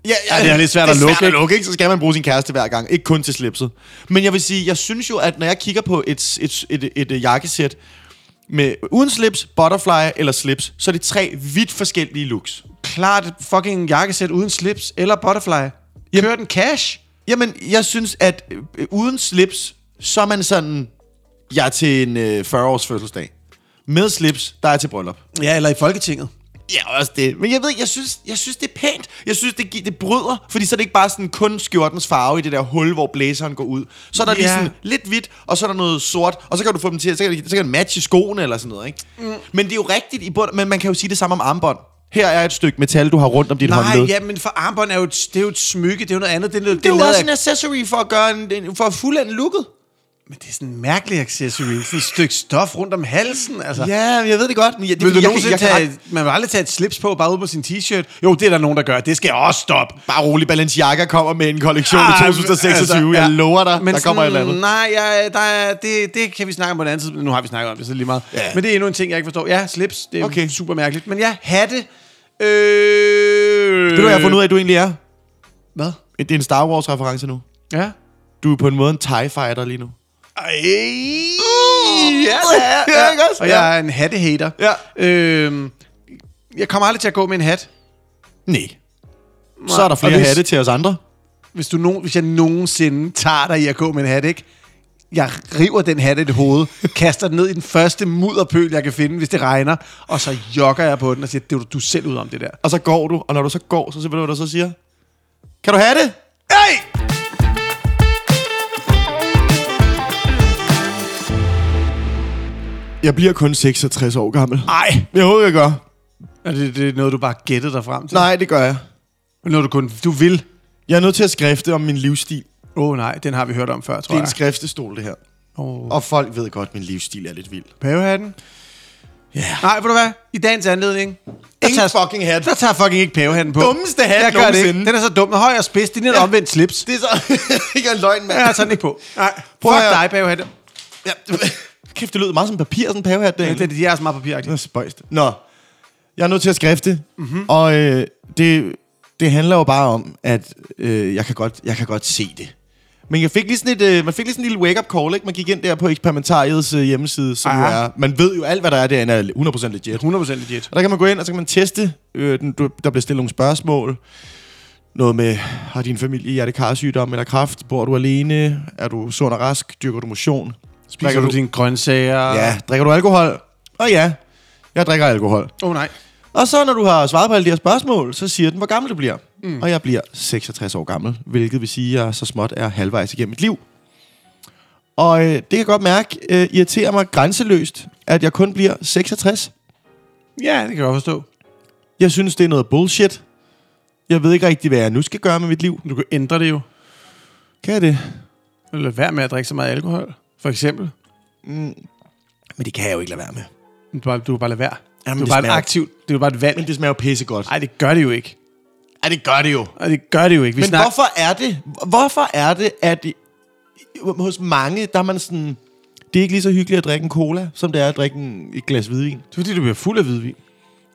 Speaker 3: Ja, ja,
Speaker 2: det er lidt svært
Speaker 3: det er
Speaker 2: at lukke,
Speaker 3: Svært at
Speaker 2: ikke?
Speaker 3: lukke ikke? Så skal man bruge sin kæreste hver gang, ikke kun til slipset. Men jeg vil sige, jeg synes jo, at når jeg kigger på et, et, et, et, et øh, jakkesæt med uden slips, butterfly eller slips, så er det tre vidt forskellige looks.
Speaker 2: Klart et fucking jakkesæt uden slips eller butterfly. Kør den cash.
Speaker 3: Jamen, jeg synes, at øh, uden slips, så er man sådan jeg er til en øh, 40-års fødselsdag. Med slips, der er jeg til bryllup.
Speaker 2: Ja, eller i Folketinget.
Speaker 3: Ja, også det. Men jeg ved, jeg synes, jeg synes det er pænt. Jeg synes, det, gi- det bryder, fordi så er det ikke bare sådan kun skjortens farve i det der hul, hvor blæseren går ud. Så er der yeah. lige
Speaker 2: Ja.
Speaker 3: sådan lidt hvidt, og så er der noget sort, og så kan du få dem til, så kan, det- så kan det matche skoene eller sådan noget, ikke? Mm. Men det er jo rigtigt i bund, men man kan jo sige det samme om armbånd. Her er et stykke metal, du har rundt om dit
Speaker 2: Nej,
Speaker 3: håndled.
Speaker 2: ja, men for armbånd er jo et, det er jo et smykke, det er jo noget andet. Det er, noget,
Speaker 3: Det er
Speaker 2: det
Speaker 3: jo
Speaker 2: er
Speaker 3: også en
Speaker 2: lavet af,
Speaker 3: accessory for at gøre en, en for at fuldende looket.
Speaker 2: men det er sådan en mærkelig accessory. Sådan et stykke stof rundt om halsen, altså.
Speaker 3: Ja, jeg ved det godt. Men jeg, det,
Speaker 2: Vil du
Speaker 3: jeg,
Speaker 2: nogensinde tage, man vil aldrig tage et slips på, bare ud på sin t-shirt? Jo, det er der nogen, der gør. Det skal jeg også stoppe.
Speaker 3: Bare rolig, Balenciaga kommer med en kollektion i 2026. Ah, Altså, jeg lover dig, men der kommer et eller andet.
Speaker 2: Nej, jeg, der er, det, det kan vi snakke om på en anden tidspunkt. Nu har vi snakket om det, så det er lige meget.
Speaker 3: Ja.
Speaker 2: Ja. Men det er endnu en ting, jeg ikke forstår. Ja, slips, det er
Speaker 3: Okay.
Speaker 2: okay. super mærkeligt. Men ja, hatte. Øh...
Speaker 3: Ved du, hvad jeg har fundet ud af, at du egentlig er?
Speaker 2: Hvad?
Speaker 3: Det er en Star Wars-reference nu.
Speaker 2: Ja.
Speaker 3: Du er på en måde en TIE fighter lige nu.
Speaker 2: Ej, Uh,
Speaker 3: ja, det er jeg. Ja, ikke også?
Speaker 2: Og jeg er en hattehater.
Speaker 3: Ja.
Speaker 2: Øh, jeg kommer aldrig til at gå med en hat.
Speaker 3: Nej. Så er der flere
Speaker 2: Og hvis-
Speaker 3: hatte til os andre.
Speaker 2: hvis, du nogen, hvis jeg nogensinde tager dig i at gå med en hat, ikke? Jeg river den hat i det hoved, kaster den ned i den første mudderpøl, jeg kan finde, hvis det regner, og så jogger jeg på den og siger, det er du- du er selv ud om det der.
Speaker 3: Og så går du, og når du så går, så ved du, hvad du så siger. Kan du have det?
Speaker 2: Hey!
Speaker 3: Jeg bliver kun 66 år gammel.
Speaker 2: Ej!
Speaker 3: Jo, jeg gør.
Speaker 2: Er det, det er noget, du bare gættede dig frem til?
Speaker 3: Nej, det gør jeg.
Speaker 2: Noget, du kun du vil.
Speaker 3: Jeg er nødt til at skrifte om min livsstil.
Speaker 2: Åh oh, nej, den har vi hørt om før, tror
Speaker 3: Det er en
Speaker 2: jeg.
Speaker 3: skriftestol, det her.
Speaker 2: Åh.
Speaker 3: Og folk ved godt, at min livsstil er lidt vild.
Speaker 2: Pavehatten?
Speaker 3: Ja.
Speaker 2: Nej, ved du hvad? I dagens anledning, der
Speaker 3: Ingen
Speaker 2: tager,
Speaker 3: fucking hat.
Speaker 2: der tager fucking ikke pavehatten på.
Speaker 3: Dummeste hat
Speaker 2: jeg gør det ikke.
Speaker 3: nogensinde.
Speaker 2: Den er så dum. Den er Høj og spids. Det er en
Speaker 3: Ja.
Speaker 2: omvendt slips.
Speaker 3: Det er så... jeg er en løgn, mand.
Speaker 2: Jeg tager den ikke på. Nej,
Speaker 3: Prøv
Speaker 2: fuck
Speaker 3: at høre.
Speaker 2: dig, pavehatten.
Speaker 3: Ja. Kæft, det lød meget som papir, sådan en pavehat.
Speaker 2: Ja,
Speaker 3: Det,
Speaker 2: det, de er så meget papiragtige.
Speaker 3: Det er spøjst. Nå, jeg er nødt til at skrifte,
Speaker 2: Mhm.
Speaker 3: mm-hmm. og øh, det, det handler jo bare om, at øh, jeg, kan godt, jeg kan godt se det. Men jeg fik lige sådan et, øh, man fik lige sådan en lille wake-up call, ikke? Man gik ind der på eksperimentariets øh, hjemmeside, som jo
Speaker 2: Ah.
Speaker 3: er... Man ved jo alt, hvad der er derinde, er 100% legit.
Speaker 2: 100% legit.
Speaker 3: Og der kan man gå ind, og så kan man teste. Øh, den, du, der bliver stillet nogle spørgsmål. Noget med, har din familie hjertekarsygdom eller kræft? Bor du alene? Er du sund og rask? Dyrker du motion?
Speaker 2: Spiser du, dine grøntsager?
Speaker 3: Ja, drikker du alkohol? Og ja, jeg drikker alkohol.
Speaker 2: Åh oh, nej.
Speaker 3: Og så når du har svaret på alle de her spørgsmål, så siger den, hvor gammel du bliver. Mm. Og jeg bliver 66 år gammel, hvilket vil sige, at jeg så småt er halvvejs igennem mit liv. Og øh, det kan jeg godt mærke, øh, irriterer mig grænseløst, at jeg kun bliver 66.
Speaker 2: Ja, det kan jeg godt forstå.
Speaker 3: Jeg synes, det er noget bullshit. Jeg ved ikke rigtig, hvad jeg nu skal gøre med mit liv.
Speaker 2: Du kan ændre det jo.
Speaker 3: Kan jeg det?
Speaker 2: Eller lade være med at drikke så meget alkohol, for eksempel.
Speaker 3: Men det kan jeg jo ikke lade være med.
Speaker 2: Du kan bare, du kan bare lade være.
Speaker 3: Jamen,
Speaker 2: du
Speaker 3: det
Speaker 2: er bare
Speaker 3: smager-
Speaker 2: et aktivt, det er bare et valg.
Speaker 3: Men det smager jo pissegodt.
Speaker 2: Nej, det gør det jo ikke.
Speaker 3: Ej, det gør det jo.
Speaker 2: Ej, det gør det jo ikke. Vi
Speaker 3: Men
Speaker 2: snak-
Speaker 3: hvorfor er det? Hvorfor er det, at i- hos mange, der er man sådan... Det er ikke lige så hyggeligt at drikke en cola, som det er at drikke en, et glas
Speaker 2: Det
Speaker 3: hvidvin.
Speaker 2: er fordi, du bliver fuld af hvidvin.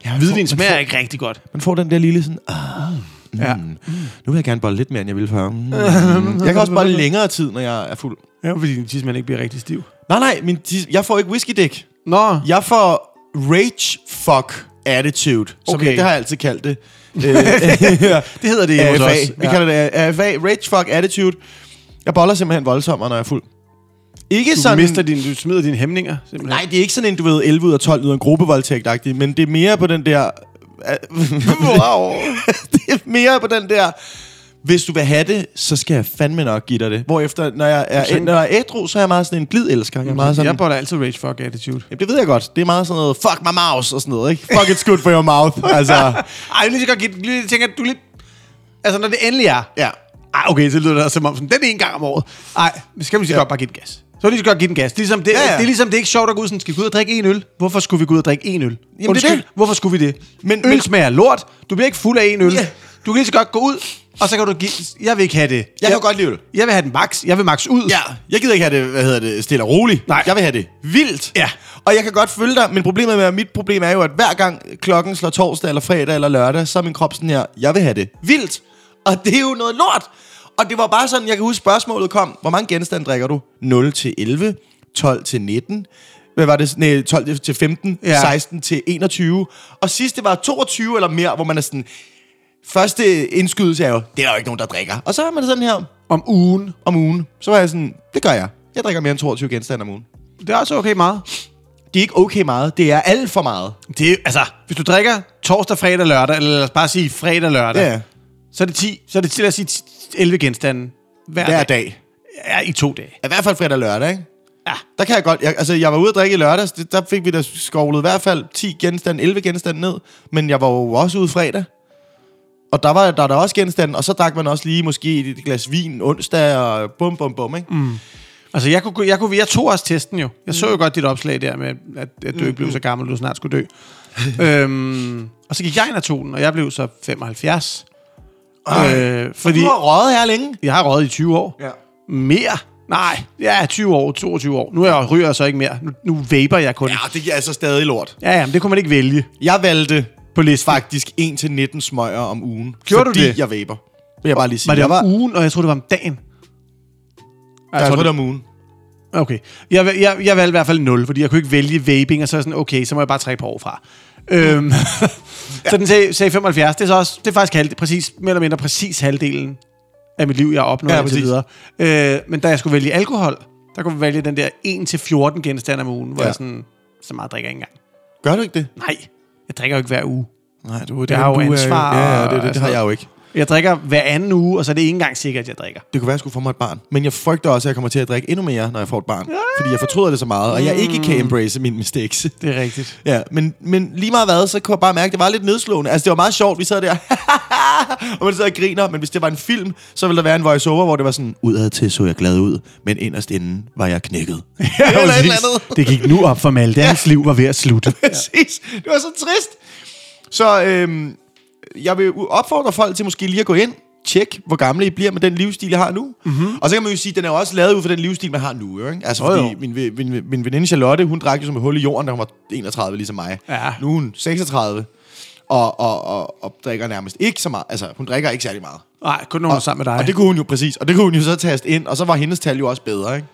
Speaker 3: Ja, man
Speaker 2: Hvidvin
Speaker 3: får,
Speaker 2: smager
Speaker 3: man
Speaker 2: ikke rigtig godt.
Speaker 3: får, man får den der lille sådan... Ah,
Speaker 2: Ja.
Speaker 3: nu vil jeg gerne bolle lidt mere, end jeg ville før. Mm. jeg kan også bolle længere tid, når jeg er fuld.
Speaker 2: ja, fordi din tidsmand ikke bliver rigtig stiv.
Speaker 3: Nej, nej, min, dis- jeg får ikke whiskydæk.
Speaker 2: Nå,
Speaker 3: Jeg får rage fuck attitude, som okay.
Speaker 2: Okay.
Speaker 3: jeg, det har jeg altid kaldt det. det
Speaker 2: det hedder det jo
Speaker 3: AFA.
Speaker 2: også.
Speaker 3: Vi kalder det AFA. Rage fuck attitude. Jeg boller simpelthen voldsommere, når jeg er fuld. Ikke
Speaker 2: Du,
Speaker 3: sådan...
Speaker 2: mister din, du smider dine hæmninger, simpelthen.
Speaker 3: Nej, det er ikke sådan en, du ved, 11 ud af 12 ud af en gruppevoldtægt men det er mere på den der... wow. det er mere på den der... Hvis du vil have det, så skal jeg fandme nok give dig det. Hvorefter, når jeg er,
Speaker 2: Sådan-
Speaker 3: når jeg er ædru, så er jeg meget sådan en glidelsker. Jeg er meget sådan,
Speaker 2: Jeg bør da altid rage fuck attitude.
Speaker 3: Jamen, det ved jeg godt. Det er meget sådan noget, fuck my mouse og sådan noget, ikke? Fuck it's good for your mouth. altså,
Speaker 2: Ej, jeg vil lige så godt give lige- jeg tænker, at du lidt... Altså, når det endelig er...
Speaker 3: ja.
Speaker 2: Ej, okay, så lyder det også som om, sådan, den ene gang om året. Ej, vi skal vi lige så godt bare give den gas. Så vil vi lige så godt give den gas. Det er ligesom, det,
Speaker 3: Ja,
Speaker 2: ja,
Speaker 3: ja.
Speaker 2: ja. det, er ligesom, det er ikke sjovt at gå ud sådan, skal vi gå ud og drikke en øl? Hvorfor skulle vi gå ud og drikke en øl?
Speaker 3: er det.
Speaker 2: Hvorfor skulle vi det?
Speaker 3: Men-
Speaker 2: Men, øl
Speaker 3: men-
Speaker 2: smager lort. Du bliver ikke fuld af en øl.
Speaker 3: Ja.
Speaker 2: Ja. Du kan lige så godt gå ud, og så kan du give... Jeg vil ikke have det. Jeg,
Speaker 3: kan godt lide øl.
Speaker 2: Jeg vil have den max. Jeg vil max ud.
Speaker 3: Ja, jeg gider ikke have det, hvad hedder det, stille og roligt.
Speaker 2: Nej.
Speaker 3: Jeg vil have det vildt.
Speaker 2: Ja.
Speaker 3: Og jeg kan godt følge dig, men problemet med, mit problem er jo, at hver gang klokken slår torsdag eller fredag eller lørdag, så er min krop sådan her, jeg vil have det vildt. Og det er jo noget lort. Og det var bare sådan, jeg kan huske spørgsmålet kom, hvor mange genstande drikker du? 0 til 11, 12 til 19, hvad var det? Nej, 12 til 15, ja.
Speaker 2: Ja.
Speaker 3: 16 til 21. Og sidste var 22 eller mere, hvor man er sådan, første indskydelse er jo, det er der jo ikke nogen, der drikker. Og så er man sådan her,
Speaker 2: Om ugen.
Speaker 3: om ugen. Så var jeg sådan, det gør jeg. Jeg drikker mere end 22 genstande om ugen.
Speaker 2: Det er også okay meget.
Speaker 3: Det er ikke okay meget. Det er alt for meget.
Speaker 2: Det er, altså, hvis du drikker torsdag, fredag, lørdag, eller lad os bare sige fredag, lørdag,
Speaker 3: Ja.
Speaker 2: så er det 10, så er det til at sige 10 11 genstande hver,
Speaker 3: Hver
Speaker 2: dag.
Speaker 3: dag.
Speaker 2: Ja, i to dage.
Speaker 3: I hvert fald fredag og lørdag, ikke?
Speaker 2: Ja.
Speaker 3: Der kan jeg godt... Jeg, altså, jeg var ude at drikke i lørdags. Det, der fik vi da skovlet i hvert fald 10 genstande, 11 genstande ned. Men jeg var jo også ude fredag. Og der var der, der også genstande, og så drak man også lige måske et glas vin onsdag, og bum, bum, bum, ikke? Mm.
Speaker 2: Altså, jeg, kunne, jeg, kunne, jeg tog også testen jo. Jeg så jo godt dit opslag der med, at, at du ikke blev så gammel, du snart skulle dø. øhm, og så gik jeg ind og tog den, og jeg blev så 75. Øh, fordi
Speaker 3: Du har røget her længe.
Speaker 2: jeg har røget i 20 år.
Speaker 3: Ja.
Speaker 2: Mere? Nej, ja, 20 år, 22 år. Nu er jeg, ryger jeg så ikke mere. Nu, nu vaper jeg kun. Ja.
Speaker 3: Ja, det giver altså stadig lort.
Speaker 2: ja, men det kunne man ikke vælge
Speaker 3: Jeg valgte
Speaker 2: på listen.
Speaker 3: faktisk 1-19 smøger om ugen.
Speaker 2: Gjorde du
Speaker 3: fordi
Speaker 2: det?
Speaker 3: jeg vaper. Vil jeg bare lige sige.
Speaker 2: Var det
Speaker 3: jeg
Speaker 2: om
Speaker 3: var,
Speaker 2: ugen, og jeg troede, det var om dagen?
Speaker 3: jeg,
Speaker 2: Altså,
Speaker 3: jeg tror, det var om ugen.
Speaker 2: Okay. Jeg, jeg, jeg valgte i hvert fald 0, fordi jeg kunne ikke vælge vaping, og så er jeg sådan, okay, så må jeg bare trække på år fra. Øhm, så den sagde, sagde 75, det er, så også, det er faktisk halvdelen, præcis, mere eller mindre præcis halvdelen af mit liv, jeg har opnået
Speaker 3: Ja,
Speaker 2: ja, indtil videre.
Speaker 3: præcis.
Speaker 2: Øh, men da jeg skulle vælge alkohol, der kunne jeg vælge den der 1-14 genstande om ugen, hvor
Speaker 3: Ja.
Speaker 2: ja. jeg sådan, så meget drikker jeg ikke engang.
Speaker 3: Gør du ikke det?
Speaker 2: Nej, jeg drikker jo ikke hver uge.
Speaker 3: Nej, du, det,
Speaker 2: Jeg har jo
Speaker 3: du er
Speaker 2: ansvar
Speaker 3: Ja, ja,
Speaker 2: og
Speaker 3: det, det, det har
Speaker 2: sådan
Speaker 3: jeg jo ikke.
Speaker 2: Jeg drikker hver anden uge, og så er det ikke engang sikkert, at jeg drikker.
Speaker 3: Det kunne være, at jeg skulle få mig et barn. Men jeg frygter også, at jeg kommer til at drikke endnu mere, når jeg får et barn. Fordi jeg fortryder det så meget, og jeg ikke kan embrace mine mistakes.
Speaker 2: Det er rigtigt.
Speaker 3: Ja, men, men lige meget hvad, så kunne jeg bare mærke, at det var lidt nedslående. Altså, det var meget sjovt, vi sad der, og man sad og griner, men hvis det var en film, så ville der være en voiceover, hvor det var sådan, udad til så jeg glad ud, men inderst inden var jeg knækket. Ja, Eller et eller andet.
Speaker 2: Det gik nu op for Malte. Hans liv var ved at slutte.
Speaker 3: Præcis. Det var så trist. Så øhm, jeg vil u- opfordre folk til måske lige at gå ind, tjek, hvor gamle I bliver med den livsstil, jeg har nu. Mm-hmm. Og så kan man jo sige, at den er jo også lavet ud fra den livsstil, man har nu. Ikke? Altså,
Speaker 2: Mhm. Jo,
Speaker 3: fordi
Speaker 2: jo.
Speaker 3: Min, ve- min, min veninde Charlotte, hun drak jo som et hul i jorden, da hun var 31, ligesom mig.
Speaker 2: Ja.
Speaker 3: Nu er hun 36, og, og, og, og drikker nærmest ikke så meget. Altså, hun drikker ikke særlig meget.
Speaker 2: Nej, kun når hun er sammen med dig.
Speaker 3: Og det kunne hun jo præcis. Og det kunne hun jo så taste ind, og så var hendes tal jo også bedre, ikke?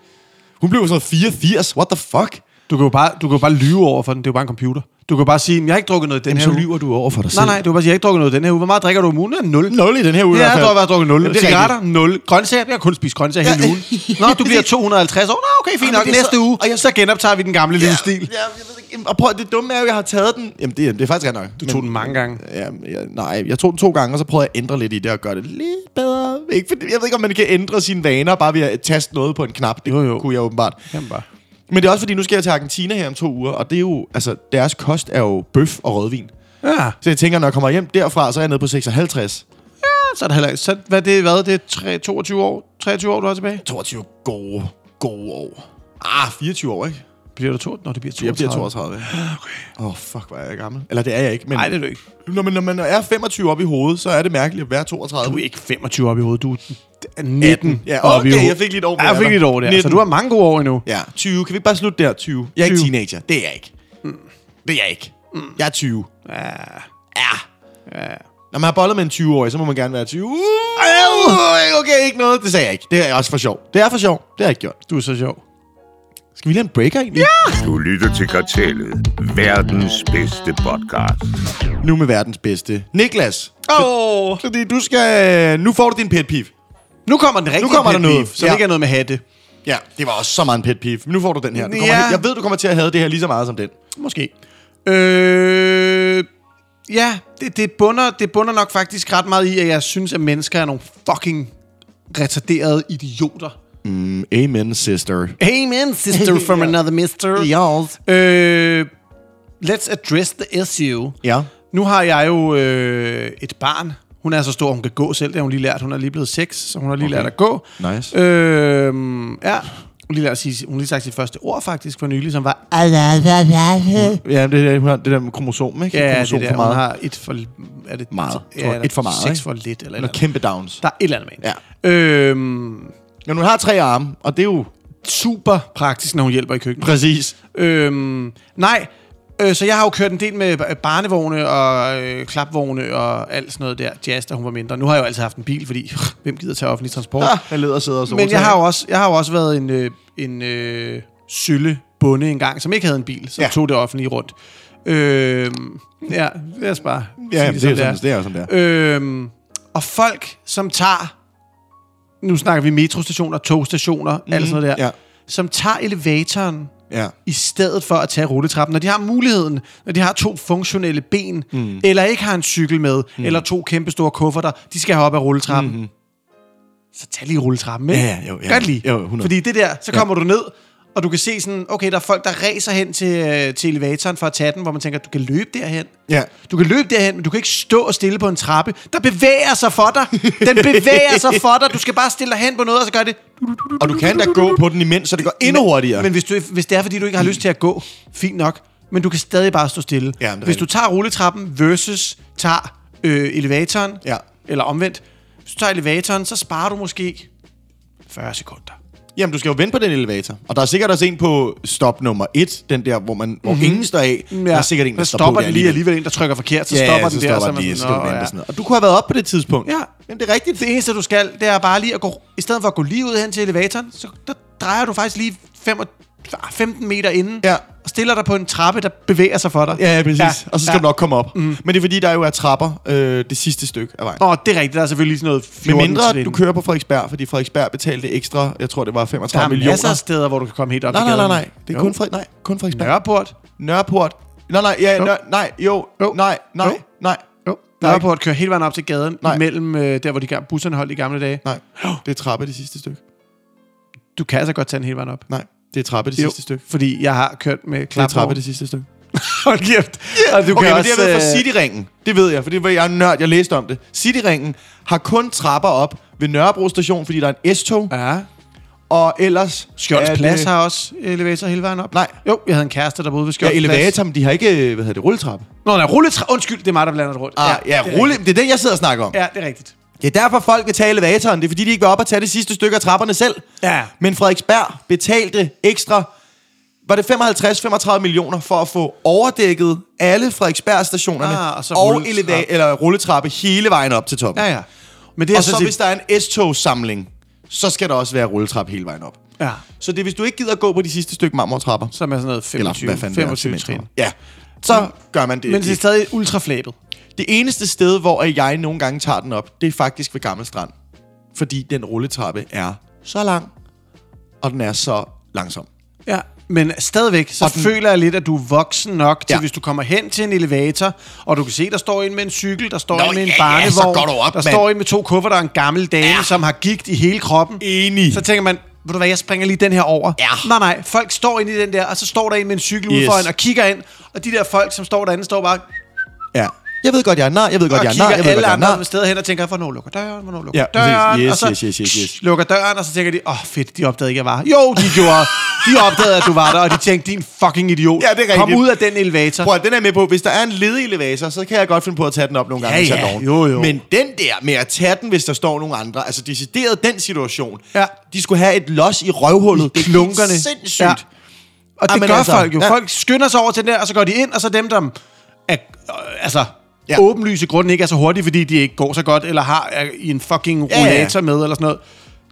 Speaker 3: Hun blev jo sådan noget 84. What the fuck?
Speaker 2: Du kan jo bare, du kan jo bare lyve over for den. Det er jo bare en computer. Du kan jo bare sige, "Men jeg har ikke drukket noget i den her uge.
Speaker 3: du over for dig
Speaker 2: Nej, nej, du kan bare sige, jeg har ikke drukket noget i den her uge. Hvor meget drikker du om ugen? Ja, Nul.
Speaker 3: Nul i den her uge. i
Speaker 2: Ja,
Speaker 3: hvert
Speaker 2: jeg
Speaker 3: fald.
Speaker 2: tror, jeg har drukket 0.
Speaker 3: Jamen,
Speaker 2: Jamen,
Speaker 3: det er
Speaker 2: Cigaretter, 0. Grøntsager, jeg har kun spist grøntsager hele
Speaker 3: Ja.
Speaker 2: ugen. Nå, du bliver 250 år. Nå, okay, fint
Speaker 3: Ja,
Speaker 2: nok.
Speaker 3: men det er
Speaker 2: Næste
Speaker 3: så-
Speaker 2: uge, og jeg... så genoptager vi den gamle livsstil.
Speaker 3: Ja, jeg ved ikke. Jamen, Og prøv, at- det dumme er jo, at jeg har taget den... Jamen, det, er- det er faktisk ret nok.
Speaker 2: Du tog den mange gange.
Speaker 3: Ja, jeg, nej, jeg tog den to gange, og så prøvede jeg at ændre lidt i det og gøre det lidt bedre. Ikke, for jeg ved ikke, om man kan ændre sine vaner bare ved at taste noget på en knap. Det
Speaker 2: Jo, jo.
Speaker 3: kunne jeg åbenbart.
Speaker 2: Jamen bare.
Speaker 3: Men det er også fordi, nu skal jeg til Argentina her om to uger, og det er jo, altså, deres kost er jo bøf og rødvin.
Speaker 2: Ja,
Speaker 3: Så jeg tænker, når jeg kommer hjem derfra, så er jeg nede på 56.
Speaker 2: så er det heller ikke- så, hvad det, hvad det er 3, 22 år, 23 år, du har tilbage?
Speaker 3: 22 gode, gode år. Ah, 24 år, ikke?
Speaker 2: Bliver du 2? Nå, det bliver 32.
Speaker 3: Jeg bliver 32. Åh, okay. oh, fuck, hvor er jeg gammel. Eller det er jeg ikke, men...
Speaker 2: Nej, Ah, det er du ikke.
Speaker 3: Når man, når man er 25 op i hovedet, så er det mærkeligt at være 32.
Speaker 2: Du er ikke 25 op i hovedet, du er 19
Speaker 3: Ja,
Speaker 2: op i
Speaker 3: okay,
Speaker 2: hovedet.
Speaker 3: jeg fik lige et år
Speaker 2: Ja, jeg
Speaker 3: mere,
Speaker 2: fik lige et
Speaker 3: da.
Speaker 2: år der,
Speaker 3: 19.
Speaker 2: så du har mange gode år endnu.
Speaker 3: Ja, 20. Kan vi ikke bare slutte der? 20. Jeg er 20.
Speaker 2: 20.
Speaker 3: ikke teenager. Det er jeg ikke. Det er jeg ikke. Jeg er 20. Mm. Ja. Ja. Når man har bollet med en 20-årig, så må man gerne være 20. Uh, okay, ikke noget. Det sagde jeg ikke. Det er også for sjov. Det er for sjov. Det har jeg ikke gjort.
Speaker 2: Du er så sjov.
Speaker 3: Skal vi lige have en breaker egentlig? Ja!
Speaker 1: Du lytter til Kartellet. Verdens bedste podcast.
Speaker 3: Nu med verdens bedste. Niklas.
Speaker 2: Åh! Oh.
Speaker 3: Fordi du skal... Nu får du din pet peeve.
Speaker 2: Nu kommer den rigtige
Speaker 3: Nu kommer der
Speaker 2: pet
Speaker 3: noget.
Speaker 2: peeve, som
Speaker 3: Ja.
Speaker 2: ja. ikke er noget med hatte.
Speaker 3: Ja, det var også så meget en pet peeve. Men nu får du den her. Du kommer,
Speaker 2: Ja.
Speaker 3: Jeg ved, du kommer til at have det her lige så meget som den.
Speaker 2: Måske. Øh, ja, det, det, bunder, det bunder nok faktisk ret meget i, at jeg synes, at mennesker er nogle fucking retarderede idioter.
Speaker 3: Amen, sister.
Speaker 2: Amen, sister from another mister.
Speaker 3: Y'all.
Speaker 2: Øh, let's address the issue.
Speaker 3: Ja.
Speaker 2: Nu har jeg jo øh, et barn. Hun er så stor, hun kan gå selv. Det har hun lige lært. Hun er lige blevet 6, så hun har lige okay. lært at gå.
Speaker 3: Nice.
Speaker 2: Øh, ja. Hun har lige, lært at sige, hun har lige sagt sit første ord faktisk for nylig, som var...
Speaker 3: Ja, det, er- hun har det der med kromosom, ikke?
Speaker 2: Ja, det
Speaker 3: kromosom
Speaker 2: der,
Speaker 3: for meget.
Speaker 2: hun har et for... Er det,
Speaker 3: Meget.
Speaker 2: Ja,
Speaker 3: Tror jeg,
Speaker 2: eller
Speaker 3: et for meget,
Speaker 2: Seks
Speaker 3: ikke?
Speaker 2: for lidt, eller,
Speaker 3: Hun
Speaker 2: eller
Speaker 3: har kæmpe downs.
Speaker 2: Der er et eller andet med hende. Øhm,
Speaker 3: Men hun har tre arme, og det er jo
Speaker 2: super praktisk, når hun hjælper i køkkenet.
Speaker 3: præcis.
Speaker 2: Øhm, nej, øh, så jeg har jo kørt en del med øh, barnevogne og øh, klapvogne og alt sådan noget der. Jazz, da hun var mindre. Nu har jeg jo altid haft en bil, fordi hvem gider tage offentlig transport?
Speaker 3: Ah, jeg leder sidder og
Speaker 2: Men jeg har jo også, jeg har jo også været en, øh, en øh, sølle bonde engang, som ikke havde en bil, som
Speaker 3: Ja.
Speaker 2: ja. tog det offentlige rundt. Øhm, ja, lad os bare
Speaker 3: Ja,
Speaker 2: sige
Speaker 3: det, det, er, sådan, det er som det er.
Speaker 2: Øhm, og folk, som tager... Nu snakker vi metrostationer, togstationer, mm, alt sådan noget der.
Speaker 3: Mhm, ja.
Speaker 2: Som tager elevatoren
Speaker 3: Ja.
Speaker 2: i stedet for at tage rulletrappen. Når de har muligheden, når de har to funktionelle ben,
Speaker 3: Mhm.
Speaker 2: mm. eller ikke har en cykel med, mm. eller to kæmpe store kufferter, de skal have op ad rulletrappen. Mm-hmm. Så tag lige rulletrappen, ikke?
Speaker 3: Mhm. Ja, ja, jo, ja.
Speaker 2: Gør det lige.
Speaker 3: Jo, 100.
Speaker 2: Fordi det der, så kommer ja. du ned, og du kan se sådan, okay, der er folk, der ræser hen til, øh, til elevatoren for at tage den, hvor man tænker, du kan løbe derhen.
Speaker 3: Ja.
Speaker 2: Du kan løbe derhen, men du kan ikke stå stille på en trappe. Der bevæger sig for dig. Den bevæger sig for dig. Du skal bare stille dig hen på noget, og så gør det.
Speaker 3: Og du kan da gå på den imens, så det går endnu
Speaker 2: Men-
Speaker 3: hurtigere.
Speaker 2: Men hvis, du, hvis det er, fordi du ikke har lyst til at gå, fint nok. Men du kan stadig bare stå stille.
Speaker 3: Ja, men det er
Speaker 2: hvis du
Speaker 3: rigtigt.
Speaker 2: tager rulletrappen versus tager øh, elevatoren,
Speaker 3: Ja.
Speaker 2: eller omvendt, hvis du tager elevatoren, så sparer du måske 40 sekunder.
Speaker 3: Jamen, du skal jo vente på den elevator. Og der er sikkert også en på stop nummer et, den der, hvor, man, hvor mm-hmm. ingen står af. Ja. Der er sikkert en, der
Speaker 2: der
Speaker 3: står
Speaker 2: Mhm. stopper
Speaker 3: på
Speaker 2: den lige alligevel. En, der trykker forkert, så
Speaker 3: Ja,
Speaker 2: stopper
Speaker 3: ja,
Speaker 2: den
Speaker 3: så
Speaker 2: der.
Speaker 3: stopper den
Speaker 2: man
Speaker 3: lige, så skal
Speaker 2: sådan,
Speaker 3: du vente
Speaker 2: "Nå,
Speaker 3: og sådan noget. Og du kunne have været op på det tidspunkt.
Speaker 2: Ja.
Speaker 3: Men det er rigtigt.
Speaker 2: Det eneste, du skal, det er bare lige at gå... I stedet for at gå lige ud hen til elevatoren, så der drejer du faktisk lige fem og, ah, 15 meter inden,
Speaker 3: Ja.
Speaker 2: og stiller dig på en trappe, der bevæger sig for dig.
Speaker 3: Ja, ja, præcis. Ja. Og så skal ja. du nok komme op. Mm. Men det er fordi, der jo er trapper øh, det sidste stykke af vejen.
Speaker 2: Nå, det er rigtigt. Der er selvfølgelig sådan noget 14
Speaker 3: Med mindre
Speaker 2: trin.
Speaker 3: du kører på Frederiksberg, fordi Frederiksberg betalte ekstra, jeg tror det var 35
Speaker 2: Der er
Speaker 3: millioner.
Speaker 2: masser af steder, hvor du kan komme helt op
Speaker 3: nej,
Speaker 2: i
Speaker 3: nej,
Speaker 2: gaden.
Speaker 3: nej, nej. Det er
Speaker 2: altså, Jo.
Speaker 3: kun, Fred, nej, kun Frederiksberg.
Speaker 2: Nørreport.
Speaker 3: Nørreport. Nej, nej, ja,
Speaker 2: Jo.
Speaker 3: Nør, nej, jo,
Speaker 2: Jo.
Speaker 3: nej, nej,
Speaker 2: Jo.
Speaker 3: nej.
Speaker 2: Jo. Nørreport kører hele vejen op til gaden,
Speaker 3: Nej.
Speaker 2: nej. imellem øh, der, hvor de ga- busserne holdt i gamle dage.
Speaker 3: Nej, det er trappe det sidste stykke.
Speaker 2: Du kan altså godt tage den hele vejen op.
Speaker 3: Nej, det er trappe det sidste stykke.
Speaker 2: Fordi jeg har kørt med
Speaker 3: Det er trappe
Speaker 2: klapvogn.
Speaker 3: det sidste stykke.
Speaker 2: Hold kæft. Yeah. Og du
Speaker 3: Okay,
Speaker 2: kan
Speaker 3: men
Speaker 2: også,
Speaker 3: det har været fra
Speaker 2: øh,
Speaker 3: Cityringen. Det ved jeg, for det var jeg er en nørd, jeg læste om det. Cityringen har kun trapper op ved Nørrebro station, fordi der er en S-tog,
Speaker 2: Ja.
Speaker 3: og ellers...
Speaker 2: Skjolds
Speaker 3: er det-
Speaker 2: Plads har også elevator hele vejen op.
Speaker 3: Nej.
Speaker 2: Jo, jeg havde en kæreste, der boede ved
Speaker 3: Ja,
Speaker 2: Skjolds Plads.
Speaker 3: elevator, men de har ikke, øh, hvad hedder det, rulletrappe.
Speaker 2: Nå, nej, rulletra... Undskyld, det er mig, der blander det rundt.
Speaker 3: Ah, ja,
Speaker 2: det
Speaker 3: det
Speaker 2: er
Speaker 3: rulle,
Speaker 2: rigtigt.
Speaker 3: det er den, jeg sidder og snakker om. Ja.
Speaker 2: Ja, det er rigtigt.
Speaker 3: Det er derfor, folk vil tage elevatoren. Det er fordi, de ikke vil op og tage det sidste stykke af trapperne selv.
Speaker 2: Ja.
Speaker 3: Men Frederiksberg betalte ekstra, var det 55-35 millioner, for at få overdækket alle Frederiksberg-stationerne
Speaker 2: Ah, og så
Speaker 3: og
Speaker 2: rulletrappe.
Speaker 3: eleva- eller rulletrappe hele vejen op til toppen.
Speaker 2: Ja, ja. Men det er
Speaker 3: Og så
Speaker 2: sådan
Speaker 3: hvis der er en S-tog-samling, så skal der også være rulletrappe hele vejen op.
Speaker 2: Ja.
Speaker 3: Så det er, hvis du ikke gider at gå på de sidste stykke marmortrapper,
Speaker 2: Som er sådan noget
Speaker 3: eller
Speaker 2: 25,
Speaker 3: hvad fanden det er,
Speaker 2: 25 trin.
Speaker 3: cementtrapper. Ja, så gør man det.
Speaker 2: Men det er
Speaker 3: ikke.
Speaker 2: stadig ultraflabet.
Speaker 3: Det eneste sted, hvor jeg nogle gange tager den op, det er faktisk ved Gammel Strand. Fordi den rulletrappe er så lang, og den er så langsom.
Speaker 2: Ja, men stadigvæk, så
Speaker 3: Og den-
Speaker 2: den... føler jeg lidt, at du er voksen nok til,
Speaker 3: Ja.
Speaker 2: ja. hvis du kommer hen til en elevator, og du kan se, der står en med en cykel, der står
Speaker 3: Nå,
Speaker 2: en med en
Speaker 3: ja, ja,
Speaker 2: barnevogn,
Speaker 3: så går du op,
Speaker 2: der
Speaker 3: mand.
Speaker 2: står en med to kufferter og en gammel dame, ja. som har gigt i hele kroppen.
Speaker 3: Enig.
Speaker 2: Så tænker man, ved du hvad, jeg springer lige den her over. Ja. Nej, nej, folk står inde i den der, og så står der en med en cykel yes.
Speaker 3: Yes.
Speaker 2: ude foran og kigger ind, og de der folk, som står derinde, står bare
Speaker 3: Ja. Jeg ved godt, jeg er nar, jeg ved godt,
Speaker 2: og
Speaker 3: jeg er
Speaker 2: kigger
Speaker 3: nar, jeg ved godt,
Speaker 2: alle
Speaker 3: jeg er
Speaker 2: andre
Speaker 3: nar.
Speaker 2: steder hen og tænker, hvornår lukker døren, hvornår lukker
Speaker 3: Ja, præcis.
Speaker 2: døren,
Speaker 3: Yes,
Speaker 2: og så
Speaker 3: yes, yes, yes, yes.
Speaker 2: lukker døren, og så tænker de, åh oh, fedt, de opdagede ikke, jeg var her. Jo, de gjorde. De opdagede, at du var der, og de tænkte, din fucking idiot.
Speaker 3: Ja, det er
Speaker 2: Kom
Speaker 3: rigtigt.
Speaker 2: ud af den elevator.
Speaker 3: Prøv at, den er jeg med på. Hvis der er en ledig elevator, så kan jeg godt finde på at tage den op nogle gange.
Speaker 2: Ja,
Speaker 3: hvis jeg er
Speaker 2: ja.
Speaker 3: doven.
Speaker 2: Jo, jo.
Speaker 3: Men den der med at tage den, hvis der står nogen andre, altså decideret den situation,
Speaker 2: Ja.
Speaker 3: de skulle have et los i røvhullet.
Speaker 2: I
Speaker 3: det er
Speaker 2: klunkerne.
Speaker 3: sindssygt.
Speaker 2: Ja. Og det
Speaker 3: Jamen
Speaker 2: gør altså,
Speaker 3: altså,
Speaker 2: folk jo.
Speaker 3: ja.
Speaker 2: Ja. Folk skynder sig over til den der, og så går de ind, og så dem, der er, øh, altså,
Speaker 3: Ja.
Speaker 2: ja. åbenlyse grunden ikke er så hurtige, fordi de ikke går så godt, eller har er i en fucking
Speaker 3: Ja, ja.
Speaker 2: rollator med, eller sådan noget.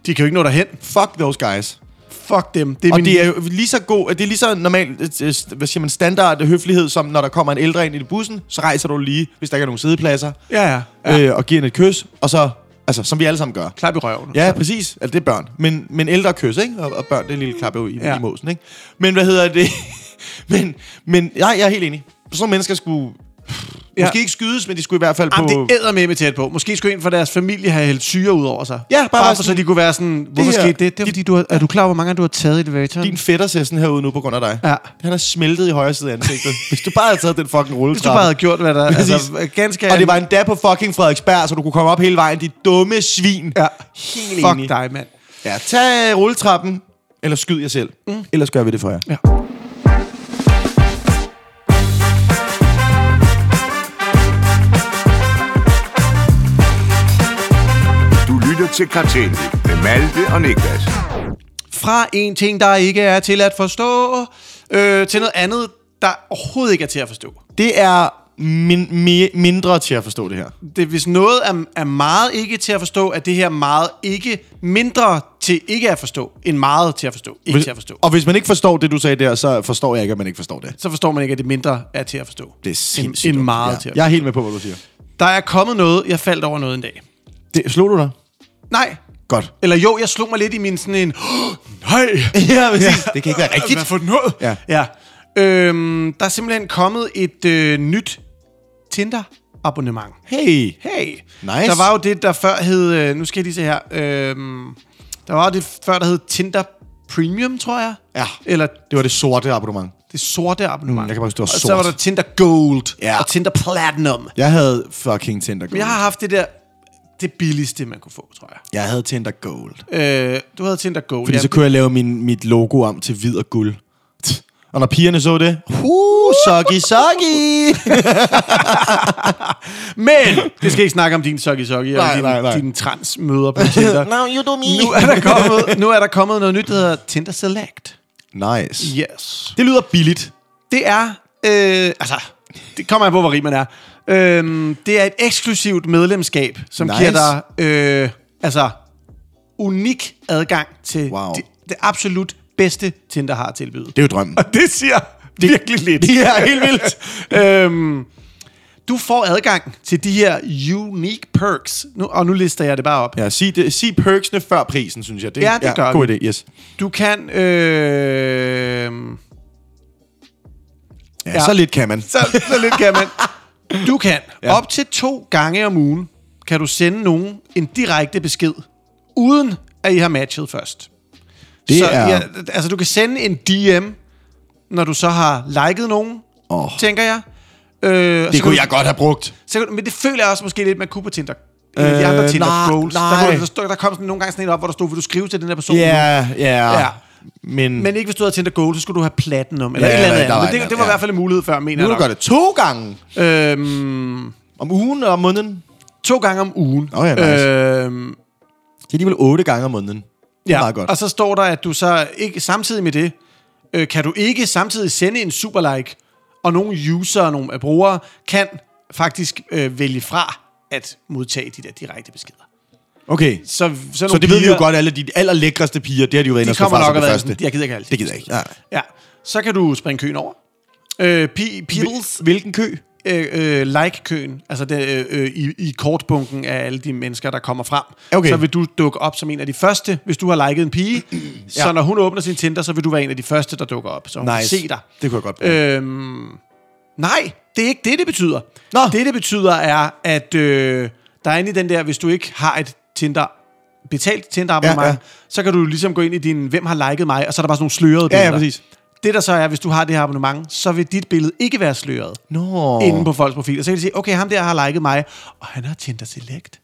Speaker 2: De kan jo ikke nå derhen.
Speaker 3: Fuck those guys.
Speaker 2: Fuck dem. Det er
Speaker 3: Og
Speaker 2: min
Speaker 3: det er jo lige så god, det er lige så normal, øh, øh, hvad siger man, standard høflighed, som når der kommer en ældre ind i bussen, så rejser du lige, hvis der ikke er nogen siddepladser,
Speaker 2: Ja, ja. ja.
Speaker 3: Øh, og giver den et kys, og så, altså, som vi alle sammen gør.
Speaker 2: Klap i røven.
Speaker 3: Ja, præcis. Altså, det er børn. Men, men ældre kys, ikke? Og, og børn, det er lille klap i, ja.
Speaker 2: Ja.
Speaker 3: i måsen, ikke? Men hvad hedder det? men, men nej, jeg er helt enig. Sådan nogle mennesker skulle... Ja.
Speaker 2: Ja.
Speaker 3: Måske ikke skydes, men de skulle i hvert fald
Speaker 2: Jamen,
Speaker 3: på...
Speaker 2: det æder med med tæt på. Måske skulle en fra deres familie have hældt syre ud over sig.
Speaker 3: Ja, bare være
Speaker 2: bare for, så
Speaker 3: sådan-
Speaker 2: de kunne være sådan, hvorfor
Speaker 3: her-
Speaker 2: skete det? Det er, fordi du har, er du klar, over, hvor mange gange du har taget i elevatoren?
Speaker 3: Din fætter ser sådan her ud nu på grund af dig.
Speaker 2: Ja.
Speaker 3: Han er smeltet i højre side af ansigtet. Hvis du bare havde taget den fucking rulletrappe.
Speaker 2: Hvis du bare havde gjort, hvad der
Speaker 3: Præcis.
Speaker 2: altså, ganske...
Speaker 3: Og det var endda på fucking Frederiksberg, så du kunne komme op hele vejen, de dumme svin.
Speaker 2: Ja.
Speaker 3: Helt
Speaker 2: Fuck
Speaker 3: enig.
Speaker 2: dig, mand.
Speaker 3: Ja, tag øh, rulletrappen, eller skyd jer selv. Mm. Ellers gør vi det for jer.
Speaker 2: Ja.
Speaker 1: Du lytter til Kartellet med Malte og Niklas.
Speaker 2: Fra en ting, der ikke er til at forstå, øh, til noget andet, der overhovedet ikke er til at forstå.
Speaker 3: Det er min, me- mindre til at forstå det her.
Speaker 2: Det, hvis noget er, er meget ikke til at forstå, er det her meget ikke mindre til ikke at forstå, end meget til at forstå, ikke til at forstå.
Speaker 3: Og hvis man ikke forstår det, du sagde der, så forstår jeg ikke, at man ikke forstår det.
Speaker 2: Så forstår man ikke, at det mindre er til at forstå.
Speaker 3: Det er sindssygt.
Speaker 2: En,
Speaker 3: dumt.
Speaker 2: en meget
Speaker 3: ja.
Speaker 2: til at
Speaker 3: Jeg er helt med på, hvad du siger.
Speaker 2: Der er kommet noget, jeg faldt over noget en dag.
Speaker 3: Det, slog du dig?
Speaker 2: Nej,
Speaker 3: Godt.
Speaker 2: Eller jo, jeg slog mig lidt i min sådan en... Oh, nej!
Speaker 3: Ja, præcis. Det kan ikke være rigtigt.
Speaker 2: Hvad for noget?
Speaker 3: Ja.
Speaker 2: ja. Øhm, der er simpelthen kommet et øh, nyt Tinder-abonnement.
Speaker 3: Hey.
Speaker 2: Hey!
Speaker 3: Nice.
Speaker 2: Der var jo det, der før hed... Øh, nu skal jeg lige se her. Øhm, der var jo det før, der hed Tinder Premium, tror jeg.
Speaker 3: Ja.
Speaker 2: Eller
Speaker 3: Det var det sorte abonnement.
Speaker 2: det sorte abonnement.
Speaker 3: Mm, jeg kan bare huske, det var
Speaker 2: og så
Speaker 3: sort.
Speaker 2: var der Tinder Gold
Speaker 3: Ja.
Speaker 2: og Tinder Platinum.
Speaker 3: Jeg havde fucking Tinder Gold.
Speaker 2: Jeg har haft det der... Det billigste, man kunne få, tror jeg.
Speaker 3: Jeg havde Tinder Gold.
Speaker 2: Øh, du havde Tinder Gold.
Speaker 3: Fordi
Speaker 2: ja.
Speaker 3: så kunne jeg lave min, mit logo om til hvid og guld. Tch. Og når pigerne så det, huh, soggy, soggy.
Speaker 2: Men det skal ikke snakke om din soggy soggy og
Speaker 3: Nej,
Speaker 2: dine,
Speaker 3: nej, nej.
Speaker 2: dine transmøder på Tinder.
Speaker 3: Now you do me.
Speaker 2: nu, er der kommet, nu er der kommet noget nyt, der hedder Tinder Select.
Speaker 3: Nice.
Speaker 2: Yes.
Speaker 3: Det lyder billigt.
Speaker 2: Det er, øh, altså, det kommer an på, hvor rig man er. Øhm, det er et eksklusivt medlemskab, som
Speaker 3: Nice.
Speaker 2: nice. giver dig, øh, altså, unik adgang til
Speaker 3: Wow.
Speaker 2: det, det absolut bedste Tinder har at tilbyde.
Speaker 3: Det er jo drømmen.
Speaker 2: Det siger det, virkelig lidt. Det er helt vildt. øhm, du får adgang til de her unique perks. Nu, og nu lister jeg det bare op.
Speaker 3: Ja, sig, det, sig perksene før prisen, synes jeg. Det,
Speaker 2: Ja, det gør
Speaker 3: God
Speaker 2: vi.
Speaker 3: idé, yes.
Speaker 2: Du kan... Øh,
Speaker 3: Ja,
Speaker 2: Ja.
Speaker 3: så lidt kan man.
Speaker 2: så, så lidt kan man. Du kan ja. op til to gange om ugen, kan du sende nogen en direkte besked, uden at I har matchet først.
Speaker 3: Det
Speaker 2: så,
Speaker 3: er-
Speaker 2: altså, du kan sende en DM, når du så har liket nogen,
Speaker 3: Åh.
Speaker 2: oh. tænker jeg. Øh,
Speaker 3: Det kunne jeg godt have brugt.
Speaker 2: Så, kan du- men det føler jeg også måske lidt, man kunne på Tinder. Øh, de andre
Speaker 3: Øh,
Speaker 2: Tinder
Speaker 3: nej,
Speaker 2: Goals. Der,
Speaker 3: nej.
Speaker 2: kunne, der, stod, der kom sådan, nogle gange sådan en op, hvor der stod, vil du skrive til den her person? nu?"
Speaker 3: Ja, ja.
Speaker 2: Ja.
Speaker 3: Men,
Speaker 2: Men ikke hvis du havde Tinder Gold, så skulle du have platinum. Eller
Speaker 3: Ja,
Speaker 2: ja, et eller andet.
Speaker 3: der var
Speaker 2: andet.
Speaker 3: et
Speaker 2: Men det,
Speaker 3: eller
Speaker 2: det var i
Speaker 3: andet, ja.
Speaker 2: hvert fald en mulighed før, mener
Speaker 3: nu
Speaker 2: jeg
Speaker 3: kan du gøre det to gange
Speaker 2: det. Øhm,
Speaker 3: om ugen og om måneden.
Speaker 2: to gange om ugen.
Speaker 3: Nå ja, nice.
Speaker 2: øhm,
Speaker 3: Det er alligevel otte gange om måneden. Det er
Speaker 2: ja.
Speaker 3: meget godt.
Speaker 2: Og så står der, at du så ikke samtidig med det, øh, kan du ikke samtidig sende en superlike, og nogle user og nogle brugere kan faktisk øh, vælge fra at modtage de der direkte beskeder.
Speaker 3: Okay.
Speaker 2: Så, så,
Speaker 3: Så det ved vi jo godt, alle de allerlækreste piger, det har de jo været inde
Speaker 2: De
Speaker 3: og slå
Speaker 2: kommer
Speaker 3: fra sig
Speaker 2: nok
Speaker 3: på
Speaker 2: og være
Speaker 3: første.
Speaker 2: sådan, jeg gider ikke alt.
Speaker 3: Det gider jeg ikke. Nej.
Speaker 2: Ja. Så kan du springe køen over. Øh, pi- Peoples
Speaker 3: Hvilken kø?
Speaker 2: øh, øh, like-køen, altså det, øh, øh, i, i kortbunken af alle de mennesker, der kommer frem,
Speaker 3: Okay.
Speaker 2: så vil du dukke op som en af de første, hvis du har liket en pige. ja. Så når hun åbner sin Tinder, så vil du være en af de første, der dukker op, så hun
Speaker 3: Nice.
Speaker 2: kan se dig.
Speaker 3: Det kunne jeg godt bruge.
Speaker 2: Øhm, nej, det er ikke det, det betyder.
Speaker 3: Nå.
Speaker 2: Det, det betyder, er, at øh, der er inde i den der, hvis du ikke har et Tinder betalt Tinder abonnement,
Speaker 3: Ja,
Speaker 2: ja,
Speaker 3: ja.
Speaker 2: ja. så kan du ligesom gå ind i din, hvem har liket mig, og så er der bare sådan nogle slørede
Speaker 3: Ja, ja,
Speaker 2: billeder.
Speaker 3: præcis.
Speaker 2: Det der så er, hvis du har det her abonnement, så vil dit billede ikke være sløret
Speaker 3: Nå.
Speaker 2: inde på folks profiler. Så kan de sige, okay, ham der har liket mig, og han har Tinder Select.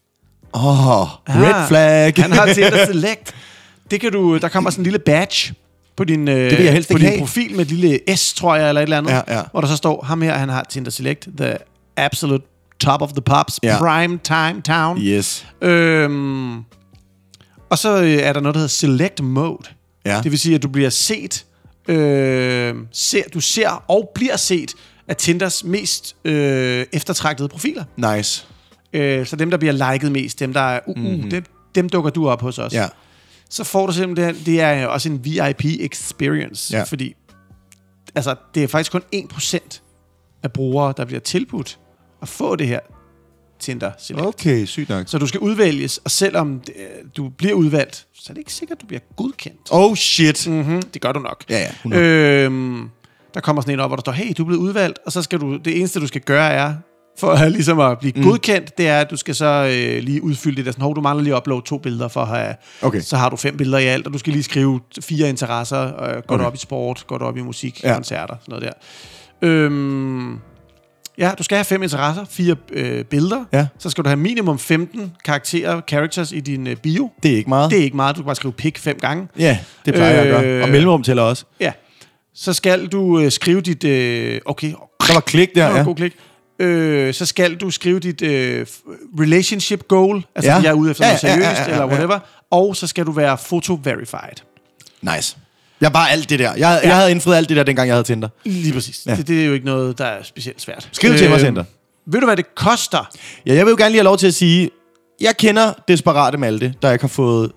Speaker 3: Åh, oh, red
Speaker 2: Ah,
Speaker 3: flag.
Speaker 2: Han har Tinder Select. Det kan du, der kommer sådan en lille badge på din, det
Speaker 3: vil jeg helst
Speaker 2: på
Speaker 3: ikke
Speaker 2: din
Speaker 3: have.
Speaker 2: profil med et lille S, tror jeg, eller et eller andet,
Speaker 3: Ja, ja.
Speaker 2: hvor der så står, ham her, han har Tinder Select, the absolute top of the pops,
Speaker 3: Ja.
Speaker 2: prime time town.
Speaker 3: yes.
Speaker 2: Øhm, og så øh, er der noget, der hedder Select Mode.
Speaker 3: Ja.
Speaker 2: Det vil sige, at du bliver set, øh, ser, du ser og bliver set af Tinders mest øh, eftertragtede profiler.
Speaker 3: Nice.
Speaker 2: Øh, så dem, der bliver liket mest, dem, der er, uh, uh, mm-hmm. dem, dem dukker du op hos os.
Speaker 3: Mhm. Ja.
Speaker 2: Så får du simpelthen, det er øh, også en VIP experience,
Speaker 3: Ja.
Speaker 2: fordi altså, det er faktisk kun 1% af brugere, der bliver tilbudt at få det her Tinder Select.
Speaker 3: Okay, sygt nok.
Speaker 2: Så du skal udvælges, og selvom øh, du bliver udvalgt, så er det ikke sikkert, at du bliver godkendt.
Speaker 3: Oh shit. Mm.
Speaker 2: Mm-hmm. Det gør du nok.
Speaker 3: Ja, ja, 100.
Speaker 2: Øhm, der kommer sådan en op, hvor der står, hey, du er blevet udvalgt, og så skal du, det eneste, du skal gøre er, for at, ligesom at blive mm. godkendt, det er, at du skal så øh, lige udfylde det der, sådan, hov, du mangler lige at uploade to billeder, for at have,
Speaker 3: Okay.
Speaker 2: så har du fem billeder i alt, og du skal lige skrive fire interesser, øh, går du op i sport, går du op i musik,
Speaker 3: Ja.
Speaker 2: ja. koncerter, sådan noget der. Øhm, ja, du skal have fem interesser, fire øh, billeder,
Speaker 3: Ja.
Speaker 2: så skal du have minimum 15 karakterer, characters i din øh, bio.
Speaker 3: Det er ikke meget.
Speaker 2: Det er ikke meget, du kan bare skrive pik fem gange.
Speaker 3: Ja, det plejer øh, jeg at gøre. Og
Speaker 2: Øh.
Speaker 3: mellemrum tæller også.
Speaker 2: Ja. Så skal du øh, skrive dit... Øh, okay,
Speaker 3: Der var klik der,
Speaker 2: ja,
Speaker 3: ja.
Speaker 2: ja. god klik. Øh, så skal du skrive dit øh, f- relationship goal, altså
Speaker 3: Ja.
Speaker 2: ja. jeg er ude efter
Speaker 3: Ja,
Speaker 2: noget
Speaker 3: ja, ja,
Speaker 2: seriøst,
Speaker 3: ja, ja,
Speaker 2: eller
Speaker 3: ja.
Speaker 2: whatever. Og så skal du være photo-verified.
Speaker 3: Nice. Jeg bare alt det der. Jeg, ja. jeg havde indfriet alt det der, dengang jeg havde Tinder.
Speaker 2: Lige præcis. Ja. Det, det er jo ikke noget, der er specielt svært. Øh,
Speaker 3: Skriv til mig, Center.
Speaker 2: Ved du, hvad det koster?
Speaker 3: Ja, jeg vil jo gerne lige have lov til at sige, jeg kender Desperate Malte, der ikke har fået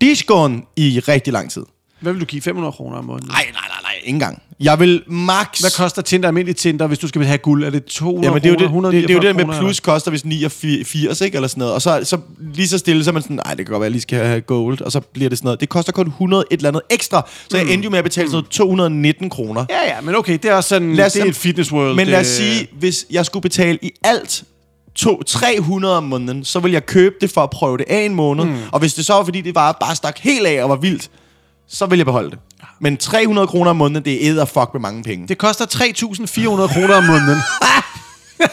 Speaker 3: diskon i rigtig lang tid.
Speaker 2: Hvad vil du give? 500 kroner om måneden?
Speaker 3: Nej, nej, nej, nej. ikke engang. Jeg vil max...
Speaker 2: Hvad koster Tinder almindelig Tinder, hvis du skal have guld? Er det 200
Speaker 3: Ja, men det er jo
Speaker 2: kroner,
Speaker 3: det, det, det, er jo
Speaker 2: 149
Speaker 3: det der
Speaker 2: kroner,
Speaker 3: med plus koster vist 89, ikke? Eller sådan noget. Og så, så lige så stille, så er man sådan, nej, det kan godt være, jeg lige skal have gold. Og så bliver det sådan noget. Det koster kun 100 et eller andet ekstra. Så
Speaker 2: Hmm.
Speaker 3: jeg endte jo med at betale sådan noget 219 kroner.
Speaker 2: eller? Ja, ja, men okay, det er også sådan,
Speaker 3: Lad os-
Speaker 2: det er et fitness world.
Speaker 3: Men lad os
Speaker 2: øh,
Speaker 3: sige, hvis jeg skulle betale i alt to, 300 om måneden, så ville jeg købe det for at prøve det af en måned.
Speaker 2: Hmm.
Speaker 3: Mm. Og hvis det så var, fordi det var bare stak helt af og var vildt, så ville jeg beholde det. Men 300 kroner om måneden, det er æder fuck med mange penge. Det,
Speaker 2: Det koster 3.400 kroner om måneden.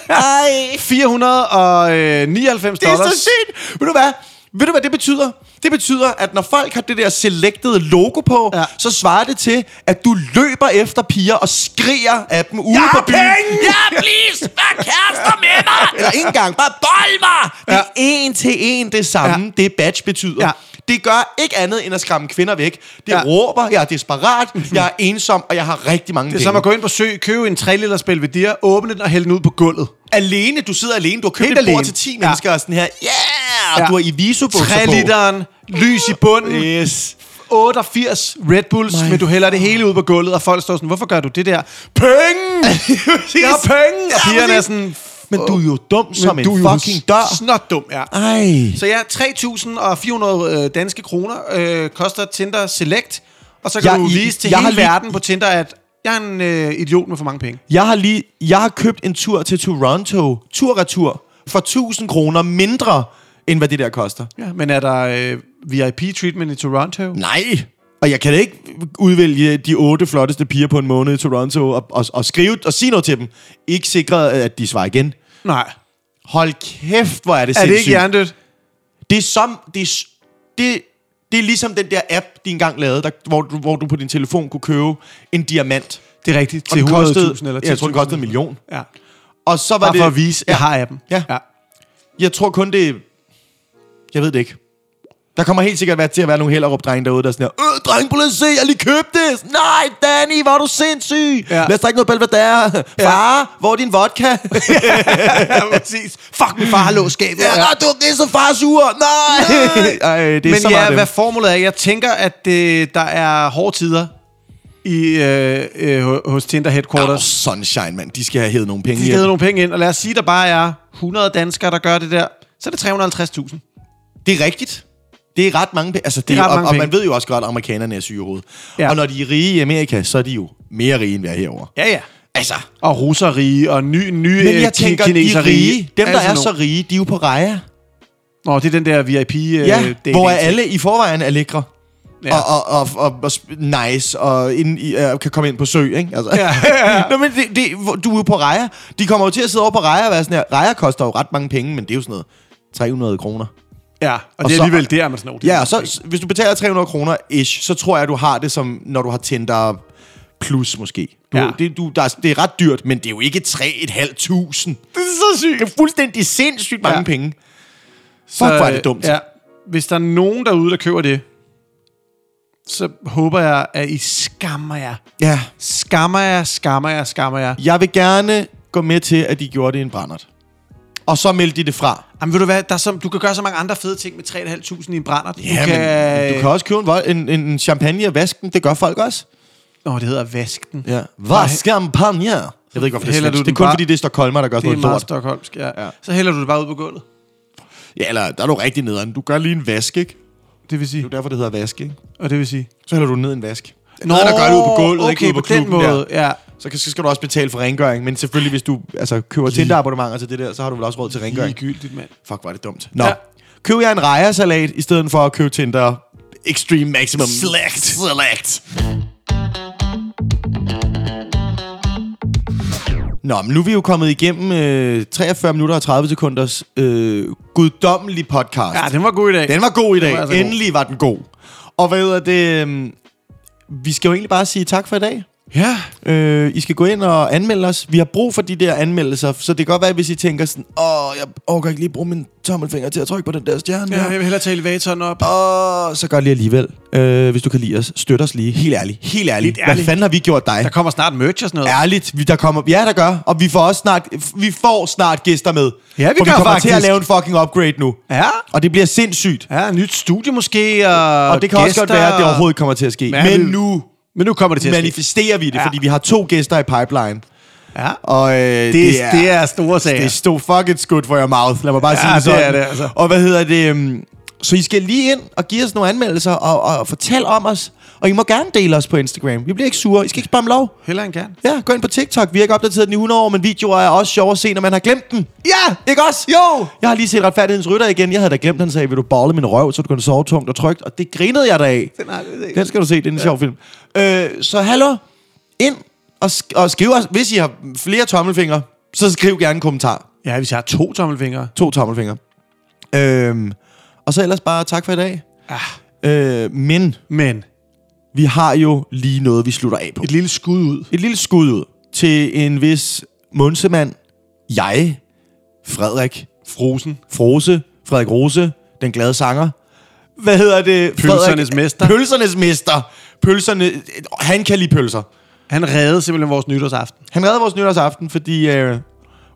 Speaker 3: Ej,
Speaker 2: 499
Speaker 3: det er
Speaker 2: øh, dollars.
Speaker 3: så sygt! Ved du hvad? Ved du, hvad det betyder? Det betyder, at når folk har det der selected logo på,
Speaker 2: Ja.
Speaker 3: ja. så svarer det til, at du løber efter piger og skriger af dem ude jeg på byen.
Speaker 6: Ja, please! Vær kærester med mig!
Speaker 3: Eller ikke engang, bare bold mig! Det er en til en det samme, ja. det badge betyder.
Speaker 2: Ja.
Speaker 3: Ja. Det gør ikke andet end at skræmme kvinder væk. Det
Speaker 2: Ja.
Speaker 3: ja. råber, jeg er desperat, jeg er ensom, og jeg har rigtig mange
Speaker 2: Det er
Speaker 3: penge.
Speaker 2: som at gå ind på sø, købe en 3 liter spil ved dir, åbne den og hælde den ud på gulvet.
Speaker 3: Alene, du sidder alene, du har købt
Speaker 2: Helt
Speaker 3: et bord
Speaker 2: alene.
Speaker 3: til 10
Speaker 2: Ja.
Speaker 3: mennesker, og sådan her, yeah!
Speaker 2: Ja.
Speaker 3: Ja. Du har i viso
Speaker 2: 3 literen, lys i bunden,
Speaker 3: Yes.
Speaker 2: 88 Red Bulls,
Speaker 3: My
Speaker 2: men du hælder det hele ud på gulvet, og folk står sådan, hvorfor gør du det der? Penge! Jeg har penge! Og pigerne er sådan,
Speaker 3: Men du er jo dum som en
Speaker 2: du er jo
Speaker 3: fucking dør.
Speaker 2: Snot dum, ja.
Speaker 3: Ej.
Speaker 2: Så ja, 3.400 øh, danske kroner øh, koster Tinder Select, og så kan
Speaker 3: Jeg-
Speaker 2: du vise til
Speaker 3: jeg
Speaker 2: hele
Speaker 3: har lige-
Speaker 2: verden på Tinder, at jeg er en øh, idiot med for mange penge.
Speaker 3: Jeg har lige jeg har købt en tur til Toronto, tur-retur, for 1000 kroner mindre, end hvad det der koster.
Speaker 2: Ja, men er der øh, VIP-treatment i Toronto?
Speaker 3: Nej. Og jeg kan da ikke udvælge de otte flotteste piger på en måned i Toronto og, og, og skrive og sige noget til dem. Ikke sikret, at de svarer igen.
Speaker 2: Nej.
Speaker 3: Hold kæft, hvor er det
Speaker 2: Er det
Speaker 3: sindssygt.
Speaker 2: ikke hjernedødt?
Speaker 3: Det er som... Det, er s- det, det er ligesom den der app, de engang lavede, der, hvor, du, hvor du på din telefon kunne købe en diamant.
Speaker 2: Det er rigtigt.
Speaker 3: Og
Speaker 2: Til
Speaker 3: den
Speaker 2: 100.000
Speaker 3: kostede-
Speaker 2: eller 10.000.
Speaker 3: ja, Jeg tror, den kostede en million.
Speaker 2: Ja.
Speaker 3: Og så var
Speaker 2: Bare
Speaker 3: det...
Speaker 2: for at vise, at jeg
Speaker 3: ja,
Speaker 2: har af dem.
Speaker 3: Ja.
Speaker 2: ja.
Speaker 3: Jeg tror kun, det er... Jeg ved det ikke. Der kommer helt sikkert være til at være nogle hellerup drenge derude, der er sådan her, Øh, dreng, prøv lige at se, jeg har lige købt det! Nej, Danny, hvor er du sindssyg!
Speaker 2: Ja.
Speaker 3: Ja. Lad os drikke noget Belvedere! Far, hvor er din vodka? ja,
Speaker 2: ja, præcis. Fuck, min far har låst skabet.
Speaker 3: ja. du er så far sur! Nej! Ej, det er
Speaker 2: Men
Speaker 3: så meget
Speaker 2: ja,
Speaker 3: dem.
Speaker 2: hvad formålet er, jeg tænker, at øh, der er hårde tider i, øh, øh, hos Tinder
Speaker 3: Åh,
Speaker 2: Headquarters.
Speaker 3: sunshine, mand. De skal have hævet nogle penge
Speaker 2: De skal have nogle penge ind, og lad os sige, der bare er 100 danskere, der gør det der. Så er det 350.000.
Speaker 3: Det er rigtigt. Det er ret mange penge. Altså, det,
Speaker 2: Det er
Speaker 3: er
Speaker 2: ret
Speaker 3: og,
Speaker 2: mange
Speaker 3: og
Speaker 2: penge.
Speaker 3: man ved jo også godt, at amerikanerne er syge i hovedet.
Speaker 2: Ja.
Speaker 3: Ja. Og når de er rige i Amerika, så er de jo mere rige, end vi er herovre.
Speaker 2: Ja, ja.
Speaker 3: Altså,
Speaker 2: Og russerige, og ny, nye øh,
Speaker 3: men jeg tænker, de Øh, rige, Altså dem, der er så
Speaker 2: rige.
Speaker 3: rige, de er jo på rejer.
Speaker 2: Altså Nå, det er den der VIP øh,
Speaker 3: Ja, øh,
Speaker 2: dating.
Speaker 3: hvor er alle i forvejen er lækre.
Speaker 2: Ja.
Speaker 3: Ja. Og, og, og, og, og sp- nice, og ind i, uh, kan komme ind på sø, ikke? Altså.
Speaker 2: Ja, ja, ja.
Speaker 3: Nå, men det, det, hvor- du er jo på rejer. De kommer jo til at sidde over på rejer og være sådan her. Rejer koster jo ret mange penge, men det er jo sådan noget 300 kroner.
Speaker 2: Ja, og, og
Speaker 3: Og
Speaker 2: det er
Speaker 3: så-
Speaker 2: alligevel der, man sådan, "Nå, det er
Speaker 3: Ja, og så s- hvis du betaler 300 kroner ish, så tror jeg, du har det som, når du har Tinder plus måske. Du,
Speaker 2: Ja.
Speaker 3: ja. det, du, der er, det er ret dyrt, men det er jo ikke 3.500.
Speaker 2: Det er så sygt.
Speaker 3: Det er fuldstændig sindssygt mange
Speaker 2: Ja.
Speaker 3: ja. penge. Fuck, hvor er det dumt.
Speaker 2: øh, Ja. Hvis der er nogen derude, der køber det, så håber jeg, at I skammer jer.
Speaker 3: ja.
Speaker 2: Skammer jer, skammer jer, skammer jer.
Speaker 3: Jeg vil gerne gå med til, at de gjorde det i en brændert. Og så meldte de det fra.
Speaker 2: Jamen ved du hvad, der er så, du kan gøre så mange andre fede ting med 3.500 i en brændert.
Speaker 3: Ja,
Speaker 2: du kan...
Speaker 3: men du kan også købe en, vo- en, en en champagne og vaske den. Det gør folk også.
Speaker 2: Nå, det hedder vasken.
Speaker 3: Ja. Hvad champagne? Jeg ved ikke, hvorfor det er
Speaker 2: Mm. Hælder
Speaker 3: svensk.
Speaker 2: du
Speaker 3: Det
Speaker 2: den
Speaker 3: er kun,
Speaker 2: bare-
Speaker 3: fordi det er Stockholmer, der gør
Speaker 2: Det er
Speaker 3: sådan noget
Speaker 2: meget
Speaker 3: lort.
Speaker 2: stokholmsk, ja. ja.
Speaker 3: Ja.
Speaker 2: Så hælder du det bare ud på gulvet.
Speaker 3: Ja, eller der er du rigtig nederen. Du gør lige en vask, ikke? Det
Speaker 2: Det vil
Speaker 3: er
Speaker 2: sige.
Speaker 3: jo derfor, det hedder vask, ikke?
Speaker 2: Og det vil sige.
Speaker 3: Så hælder du den ned i en vask. Nå, noget, der gør det ude på gulvet,
Speaker 2: okay,
Speaker 3: ikke ude på,
Speaker 2: på den
Speaker 3: klubben
Speaker 2: måde,
Speaker 3: der.
Speaker 2: ja.
Speaker 3: Så kan- så skal du også betale for rengøring, men selvfølgelig, hvis du altså, køber Tinder-abonnementer til det der, så har du vel også råd til rengøring.
Speaker 2: Ligegyldigt, mand.
Speaker 3: Fuck, var det dumt. Nå,
Speaker 2: Ja.
Speaker 3: ja. køb jeg en rejersalat, i stedet for at købe Tinder Extreme Maximum Select. Select. Nå, men nu er vi jo kommet igennem øh, 43 minutter og 30 sekunders øh, guddommelig podcast.
Speaker 2: Ja, den var god i dag.
Speaker 3: Den var god i dag.
Speaker 2: var
Speaker 3: Var
Speaker 2: altså
Speaker 3: altså
Speaker 2: god.
Speaker 3: Endelig var den god. Og hvad hedder det? øhm, Vi skal jo egentlig bare sige tak for i dag.
Speaker 2: Ja.
Speaker 3: Øh, I skal gå ind og anmelde os. Vi har brug for de der anmeldelser, så det kan godt være, hvis I tænker sådan, åh, jeg overgår ikke lige bruge min tommelfinger til at trykke på den der stjerne.
Speaker 2: ja.
Speaker 3: Ja,
Speaker 2: Jeg vil hellere tage elevatoren op.
Speaker 3: og så gør lige alligevel. Øh, hvis du kan lide os, støt os lige. Helt ærligt. Helt ærligt. Hvad
Speaker 2: ærligt.
Speaker 3: fanden har vi gjort dig?
Speaker 2: Der kommer snart merch og sådan noget.
Speaker 3: Ærligt, vi, der kommer, ja, der gør. Og vi får også snart, vi får snart gæster med.
Speaker 2: Ja, vi
Speaker 3: For
Speaker 2: gør
Speaker 3: vi kommer
Speaker 2: faktisk.
Speaker 3: til at lave en fucking upgrade nu.
Speaker 2: Ja.
Speaker 3: Og det bliver sindssygt.
Speaker 2: Ja, nyt studie måske, og
Speaker 3: Og det kan
Speaker 2: gæster,
Speaker 3: også godt være, at det overhovedet ikke kommer til at ske.
Speaker 2: Men
Speaker 3: Men,
Speaker 2: han
Speaker 3: men
Speaker 2: vil-
Speaker 3: nu
Speaker 2: Men nu kommer det til at ske.
Speaker 3: manifesterer vi det,
Speaker 2: Ja.
Speaker 3: ja. fordi vi har to gæster i pipeline.
Speaker 2: Ja.
Speaker 3: Og øh, det,
Speaker 2: Det, det, er, det er store sager.
Speaker 3: Det stod fucking good for your mouth, lad mig bare
Speaker 2: Ja,
Speaker 3: sige
Speaker 2: det
Speaker 3: sådan.
Speaker 2: er det, altså.
Speaker 3: Og hvad hedder det? øhm, Så I skal lige ind og give os nogle anmeldelser og, og fortæl om os. Og I må gerne dele os på Instagram. Vi bliver ikke sure. I skal ikke spamme lov.
Speaker 2: Hellere end gerne.
Speaker 3: Ja, gå ind på TikTok. Vi har ikke opdateret den i 100 år, men videoer er også sjove at se, når man har glemt den. Ja! Ikke også? Jo! Jeg har lige set retfærdighedens rytter igen. Jeg havde da glemt, han sagde, vil du bolle min røv, så du kan sove tungt og trygt. Og det grinede jeg da af. Den,
Speaker 2: har jeg aldrig set.
Speaker 3: den skal du se, det er en ja. sjov film. Øh, så hallo, ind og, sk- og skriv os. Hvis I har flere tommelfingre, så skriv gerne en kommentar.
Speaker 2: Ja, hvis jeg har to tommelfingre.
Speaker 3: To tommelfingre. Øhm, og så ellers bare tak for i dag. Ah. Øh, men
Speaker 2: Men
Speaker 3: vi har jo lige noget, vi slutter af på.
Speaker 2: et lille skud ud.
Speaker 3: Et lille skud ud til en vis mundsemand. Jeg, Frederik
Speaker 2: Frosen.
Speaker 3: Frose, Frederik Rose, den glade sanger. Hvad hedder det?
Speaker 2: Pølsernes mester.
Speaker 3: Pølsernes mester. Pølserne, han kan lide pølser.
Speaker 2: Han reddede simpelthen vores nytårsaften.
Speaker 3: Han redder vores nytårsaften, fordi øh,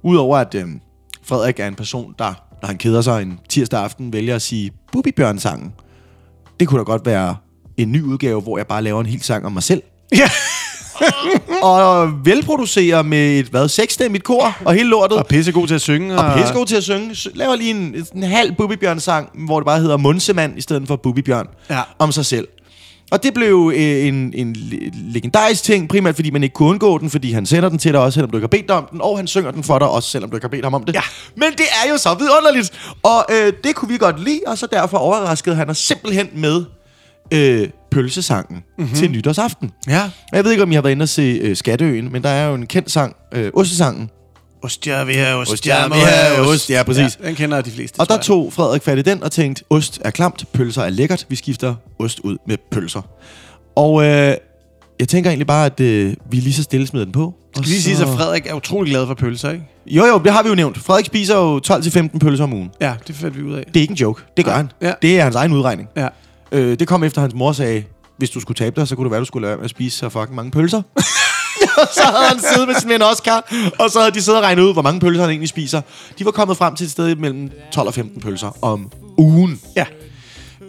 Speaker 3: udover at øh, Frederik er en person, der, når han keder sig en tirsdag aften, vælger at sige Bubibjørn-sangen. Det kunne da godt være en ny udgave, hvor jeg bare laver en hel sang om mig selv.
Speaker 2: Ja.
Speaker 3: og velproducerer med et, hvad, sekstemmigt kor og hele lortet.
Speaker 2: Og pissegod til at synge.
Speaker 3: Og pissegod til at synge. Så Laver lige en, en halv Bubibjørn-sang, hvor det bare hedder Munsemand i stedet for Bubibjørn.
Speaker 2: Ja.
Speaker 3: Om sig selv. Og det blev øh, en, en le- legendarisk ting, primært fordi man ikke kunne undgå den, fordi han sender den til dig også, selvom du ikke har bedt dig om den, og han synger den for dig også, selvom du ikke har bedt ham om det.
Speaker 2: Ja.
Speaker 3: Men det er jo så vidunderligt, og øh, det kunne vi godt lide, og så derfor overraskede han os simpelthen med øh, pølsesangen mm-hmm. til nytårsaften.
Speaker 2: Mhm. Ja.
Speaker 3: Og Jeg ved ikke, om I har været inde og se øh, Skatteøen, men der er jo en kendt sang, øh, Ossesangen.
Speaker 2: Ost, ja, vi har ost,
Speaker 3: Ost, ja, vi har ost. Ja, præcis.
Speaker 2: den kender de fleste,
Speaker 3: Og
Speaker 2: tror
Speaker 3: der
Speaker 2: jeg.
Speaker 3: tog Frederik fat i den og tænkte, ost er klamt, pølser er lækkert, vi skifter ost ud med pølser. Og øh, jeg tænker egentlig bare, at øh, vi lige så stille smider den på. Og
Speaker 2: Skal lige sige, at Frederik er utrolig glad for pølser, ikke?
Speaker 3: Jo, jo, det har vi jo nævnt. Frederik spiser jo 12-15 pølser om ugen.
Speaker 2: Ja, det fandt vi ud af.
Speaker 3: Det er ikke en joke. Det gør han.
Speaker 2: Ja.
Speaker 3: Det er hans egen udregning.
Speaker 2: Ja.
Speaker 3: Øh, det kom efter, at hans mor sagde, hvis du skulle tabe dig, så kunne det være, at du skulle lade være med at spise så fucking mange pølser. og så havde han siddet med sin ven Oscar, og så havde de siddet og regnet ud, hvor mange pølser han egentlig spiser. De var kommet frem til et sted mellem 12 og 15 pølser om ugen.
Speaker 2: Ja,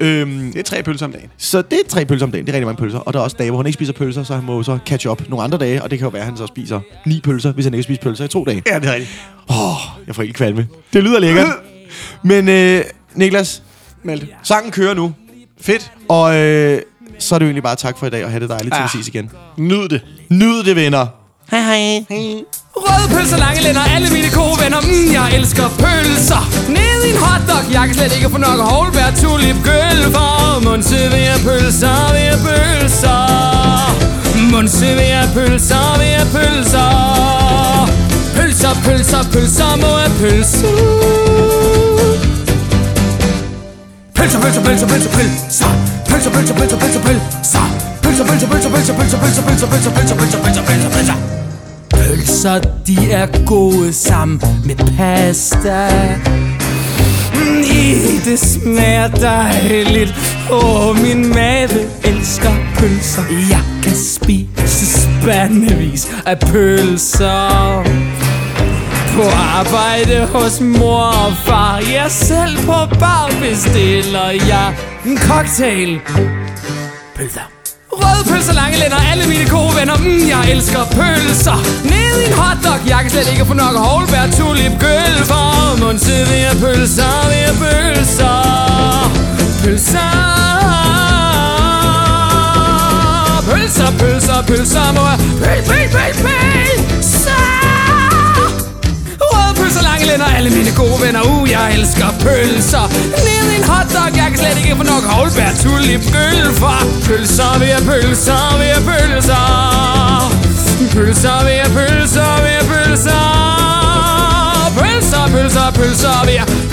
Speaker 3: Øhm,
Speaker 2: det er tre pølser om dagen.
Speaker 3: så det er tre pølser om dagen. Det er rigtig mange pølser. Og der er også dage, hvor han ikke spiser pølser, så han må jo så catch up nogle andre dage. Og det kan jo være, at han så spiser ni pølser, hvis han ikke spiser pølser i to dage.
Speaker 2: Ja, det er rigtigt.
Speaker 3: Åh, oh, jeg får ikke kvalme. Det lyder lækkert. Men øh, Niklas,
Speaker 2: Malte.
Speaker 3: sangen kører nu.
Speaker 2: Fedt.
Speaker 3: Og øh, så er det jo egentlig bare tak for i dag, og have det dejligt til
Speaker 2: Ah.
Speaker 3: vi ses igen.
Speaker 2: Nyd det.
Speaker 3: Nyd det, venner. Hej hej.
Speaker 7: Røde pølser, lange lænder, alle mine gode venner mm, Jeg elsker pølser Ned i en hotdog, jeg kan slet ikke få nok Holberg, tulip, gølver Mundserverer pølser, ved pølser Mundserverer pølser, ved pølser Pølser, pølser, pølser, må jeg pølser Pølser, pølser, pølser, pølser, pølser Pølser, pølser, pølser, pølser, pølser Pølser, pølser, pølser, pølser, pølser, pølser, pølser, pølser, pølser, pølser, pølser, pølser, pølser Pølser, de er gode sammen med pasta Mm, I det smager dejligt Åh, oh, min mave elsker pølser Jeg kan spise spandevis af pølser På arbejde hos mor og far Jeg selv på bar bestiller jeg en cocktail Pølser Røde pølser, lange lænder, alle mine gode venner mm, Jeg elsker pølser Ned i en hotdog, jeg kan slet ikke få nok Holberg, tulip, gølver Munse ved at pølser, ved at pølser Pølser Pølser, pølser, pølser, må jeg Pøl, pøl, pøl, pølser Røde pølser, lange lænder, alle mine gode venner Uh, jeg elsker pølser Ned i en hotdog, jeg kan slet ikke få nok Holberg, tulip, gølfer Pølser, ved at pølser, ved at pølser Pølser, ved at pølser, Eh, ved at pølser Pølser, pølser, pølser, ved at